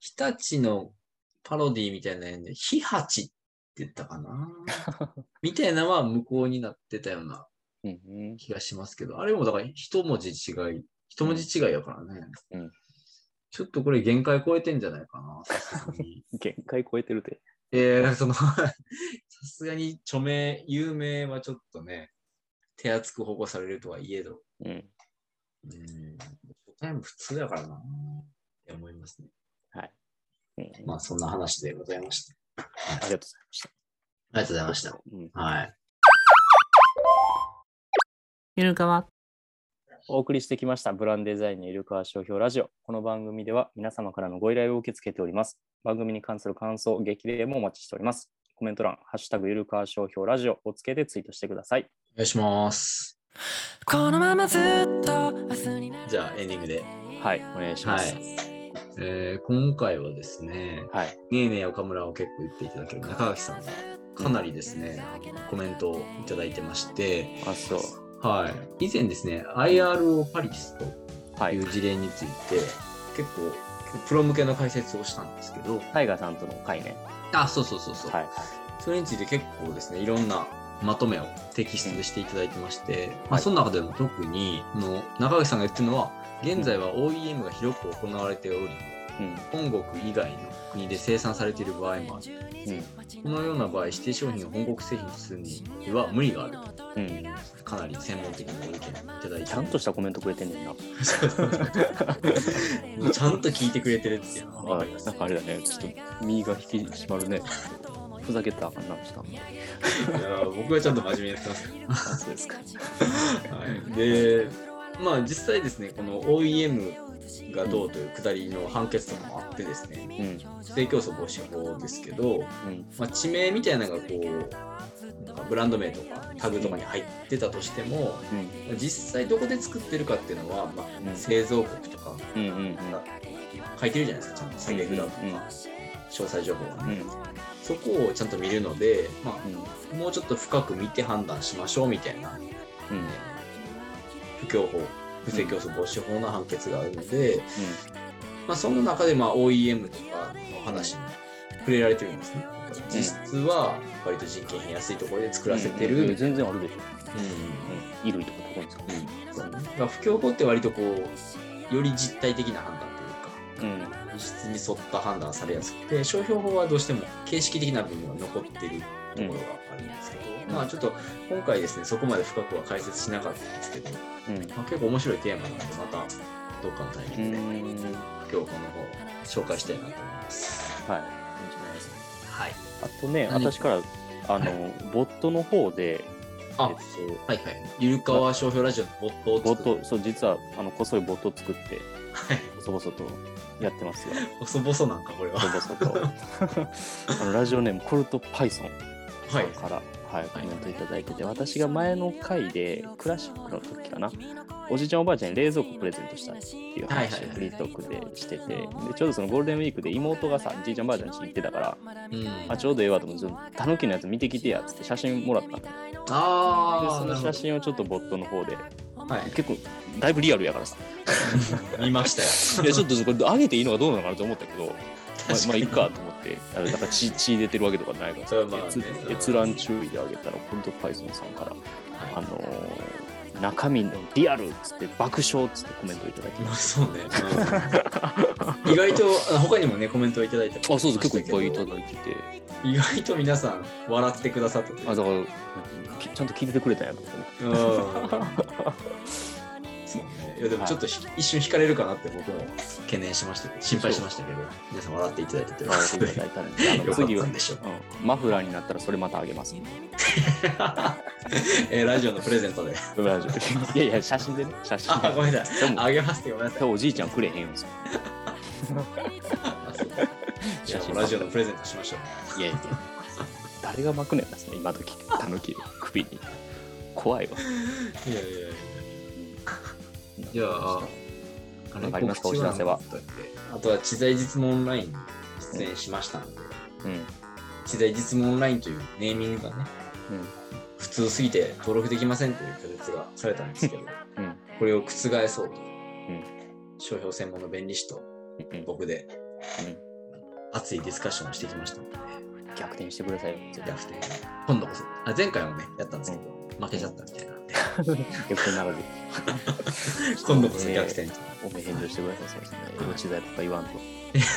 Speaker 1: 日立のパロディみたいなやつで、日八って言ったか なみたいなのは無効になってたような
Speaker 2: うんうん、
Speaker 1: 気がしますけど、あれもだから一文字違い一文字違いやからね。
Speaker 2: うん
Speaker 1: ちょっとこれ限界超えてんじゃないかな、さすが に。
Speaker 2: 限界超えてるで。
Speaker 1: えー、その、さすがに著名、有名はちょっとね、手厚く保護されるとはいえど、
Speaker 2: うん。
Speaker 1: うん、初対面普通だからな、って思いますね。
Speaker 2: うん
Speaker 1: まあ、そんな話でございました。
Speaker 2: ありがとうございました。
Speaker 1: ありがとうございました。
Speaker 2: うん
Speaker 1: はい。
Speaker 3: ゆるかわ、
Speaker 2: お送りしてきましたブランデザインのイルカワ商標ラジオ。この番組では皆様からのご依頼を受け付けております。番組に関する感想、激励もお待ちしております。コメント欄、ハッシュタグイルカワ商標ラジオをつけてツイートしてください。
Speaker 1: お願いします。
Speaker 4: このままずっと明日になる
Speaker 1: じゃあエンディングで
Speaker 2: はいお願いします
Speaker 4: はい
Speaker 1: えー、今回はですね、
Speaker 2: はい。
Speaker 1: ねえねえ岡村を結構言っていただける中垣さんが、かなりですね、あのコメントをいただいてまして、
Speaker 2: あ、そう。
Speaker 1: はい。以前ですね、IRO パリスと
Speaker 2: はいい。
Speaker 1: う事例について、結構、プロ向けの解説をしたんですけど、
Speaker 2: タイガーさんとの会ね。
Speaker 1: あ、そうそうそうそう。
Speaker 2: はい。
Speaker 1: それについて結構ですね、いろんなまとめをテキストでしていただいてまして、まあ、その中でも特に、あの中垣さんが言ってるのは、現在は OEM が広く行われており、
Speaker 2: うん。
Speaker 1: 本国以外の国で生産されている場合もある。
Speaker 2: うん。
Speaker 1: このような場合、指定商品を本国製品とするには無理があると。
Speaker 2: うん。
Speaker 1: かなり専門的なご意見いただいて。
Speaker 2: ちゃんとしたコメントくれてんねんな。
Speaker 1: もうちゃんと聞いてくれてるっていうのは分かります
Speaker 2: なん。かあれだね、ちょっと身が引き締まるね。ふざけたらあかんな、ちょっと
Speaker 1: いや僕はちゃんと真面目にやってますよ。
Speaker 2: あそうですか。
Speaker 1: はい、で、まあ実際ですね、この OEM がどうというくだりの判決とかもあってですね、
Speaker 2: うん。
Speaker 1: 不正競争防止法ですけど、
Speaker 2: うん。
Speaker 1: まあ、地名みたいなのがこう、なんかブランド名とかタグとかに入ってたとしても、
Speaker 2: うん。
Speaker 1: 実際どこで作ってるかっていうのは、ま
Speaker 2: うん
Speaker 1: あ、製造国とか
Speaker 2: うん。うん。
Speaker 1: 書いてるじゃないですか、ちゃんと下げ札とか、
Speaker 2: うんうん
Speaker 1: 詳細情報が
Speaker 2: うん。
Speaker 1: ね、そこをちゃんと見るので、ま
Speaker 2: うん。
Speaker 1: あ、もうちょっと深く見て判断しましょうみたいな
Speaker 2: うん。うん。
Speaker 1: 不況法不正競争防止法の判決があるので、まあ、その中でまあ OEM とかの話に触れられてるんですね実質は割と人件費安いところで作らせてる、
Speaker 2: うんうん全然あるでしょ。
Speaker 1: うん
Speaker 2: うん。衣類とかどこですか
Speaker 1: そうねだから不況法って割とこうより実体的な判断というか
Speaker 2: うん。
Speaker 1: 実に沿った判断されやすくて商標法はどうしても形式的な部分が残っているところがあるんですけど、
Speaker 2: うん
Speaker 1: まあちょっと今回ですねそこまで深くは解説しなかったんですけど、
Speaker 2: うん。
Speaker 1: まあ、結構面白いテーマなのでまたどっかのタイミングで
Speaker 2: うん。
Speaker 1: 今日この方紹介したいなと思います。
Speaker 2: はい。
Speaker 1: はい。
Speaker 2: あとね、
Speaker 1: 何
Speaker 2: 私から、あの、ボットの方で、
Speaker 1: あ
Speaker 2: えっ
Speaker 1: はいはい。ゆるかわ商標ラジオのボット
Speaker 2: と、ボ
Speaker 1: を
Speaker 2: ッ
Speaker 1: 作る。
Speaker 2: ト、そう、実は、あの、こっそりボット作って、
Speaker 1: はい。
Speaker 2: 細々とやってますよ。
Speaker 1: 細々なんかこれは。
Speaker 2: 細 々と。あの、ラジオネーム、コルト・パイソン。
Speaker 1: はい。
Speaker 2: から、はい、コメントいただいてて、私が前の回でクラシックの時かな、おじいちゃんおばあちゃんに冷蔵庫プレゼントしたっていう話
Speaker 1: はいはい
Speaker 2: を
Speaker 1: はい
Speaker 2: フリートークでしてて、でちょうどそのゴールデンウィークで妹がさ、じいちゃんばあちゃん家に行ってたから、
Speaker 1: うん。
Speaker 2: あちょうどええわと思って、たぬきのやつ見てきてやっつって写真もらったので、
Speaker 1: あ
Speaker 2: そ
Speaker 1: ー
Speaker 2: の
Speaker 1: なるほ
Speaker 2: 写真をちょっとボットの方で、
Speaker 1: ど。はい。
Speaker 2: 結構、だいぶリアルやからさ、
Speaker 1: 見ました
Speaker 2: い
Speaker 1: よ。
Speaker 2: や、ちょっとこれ上げていいのかどうなのかなと思ったけど、まあ、
Speaker 1: 確
Speaker 2: まあ、
Speaker 1: か
Speaker 2: い
Speaker 1: に
Speaker 2: っかと思って、あのなんか血血出てるわけとかないから
Speaker 1: そ
Speaker 2: さ
Speaker 1: れはまあね、
Speaker 2: 閲閲覧注意であげたら、コルト・パイソンさんから。あ
Speaker 1: は
Speaker 2: のー中身のリアルっつって爆笑っつってコメントいただき
Speaker 1: い。ま
Speaker 2: ま
Speaker 1: あ
Speaker 2: す。
Speaker 1: そうね。うん意外と、あの他にもね、コメントをいただいて
Speaker 2: あ、そうです。結構いっぱいいただいてて。
Speaker 1: 意外と皆さん、笑ってくださったという
Speaker 2: あ、だから、きちゃんと聞いててくれたんやと思ってね。
Speaker 1: うん。そうね。いやでもちょっとひ、一瞬引かれるかなって僕 も懸念しましたけど、心配しましたけど、皆さん笑っていただいてて、
Speaker 2: 笑っていただいたんで、あ
Speaker 1: よ
Speaker 2: の
Speaker 1: かっ
Speaker 2: 次は
Speaker 1: たん、でしょう。
Speaker 2: うんマフラーになったらそれまたあげます。
Speaker 1: えーラジオのプレゼントで。
Speaker 2: 大丈夫。いやいや、写真でね、写真
Speaker 1: あ、
Speaker 2: で。
Speaker 1: ごめんなさい。
Speaker 2: でも、
Speaker 1: あげますってごめんなさい。
Speaker 2: おじいちゃんくれへんよ。
Speaker 1: じゃあもうラジオのプレゼントしましょう。
Speaker 2: いやいや、誰が巻くねんな、その今時、たぬき、首に。怖いわ。
Speaker 1: いやいやいや。じゃあ、あ
Speaker 2: なんかありますかお知らせは。
Speaker 1: あとは、知財実務オンラインに出演しましたので、
Speaker 2: うん。
Speaker 1: 知財実務オンラインというネーミングがね、
Speaker 2: うん
Speaker 1: 普通すぎて登録できませんという拒絶がされたんですけど、
Speaker 2: うん
Speaker 1: これを覆そうと、
Speaker 2: ん
Speaker 1: 商標専門の弁理士と
Speaker 2: うん。
Speaker 1: 僕で、熱いディスカッションをしてきましたので、
Speaker 2: 逆転してくださいよ。
Speaker 1: 逆転今度こそあ前回もねやったんですけど、負けちゃったみたいなんで
Speaker 2: 逆転な らず。
Speaker 1: 今度こそ逆転。
Speaker 2: おめ返上してください、そうですね。落ちだとか言わんと。
Speaker 1: そ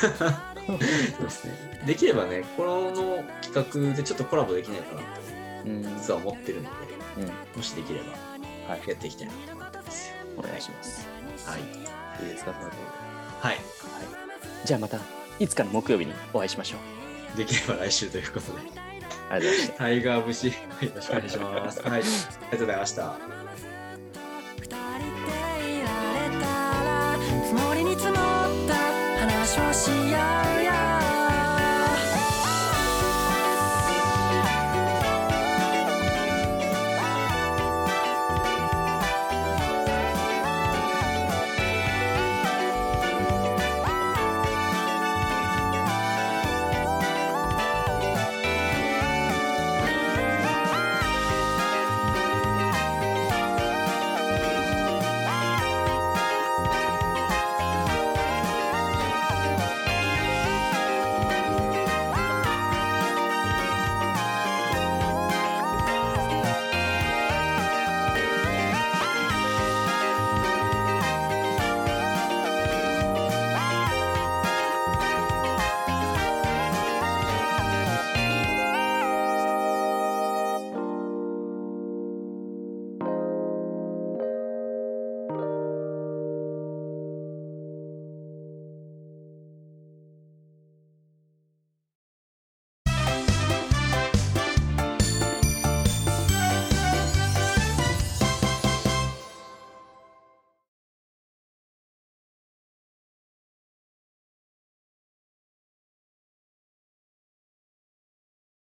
Speaker 1: うですね。できればね、この企画でちょっとコラボできないかなと
Speaker 2: うん、
Speaker 1: 実は思ってるので、
Speaker 2: うん
Speaker 1: もしできれば
Speaker 2: はい、
Speaker 1: やっていきたいなと思ってますよ。
Speaker 2: お願いします。
Speaker 1: はい。
Speaker 2: いいですか、その後
Speaker 1: はい。
Speaker 2: じゃあまた、いつかの木曜日にお会いしましょう。
Speaker 1: できれば来週ということで、
Speaker 2: ありがとうございました。
Speaker 1: タイガー節、はいよろしくお願いします。はい。ありがとうございました。
Speaker 4: 「二人でいられたら」「積もりに積もった話をしよう」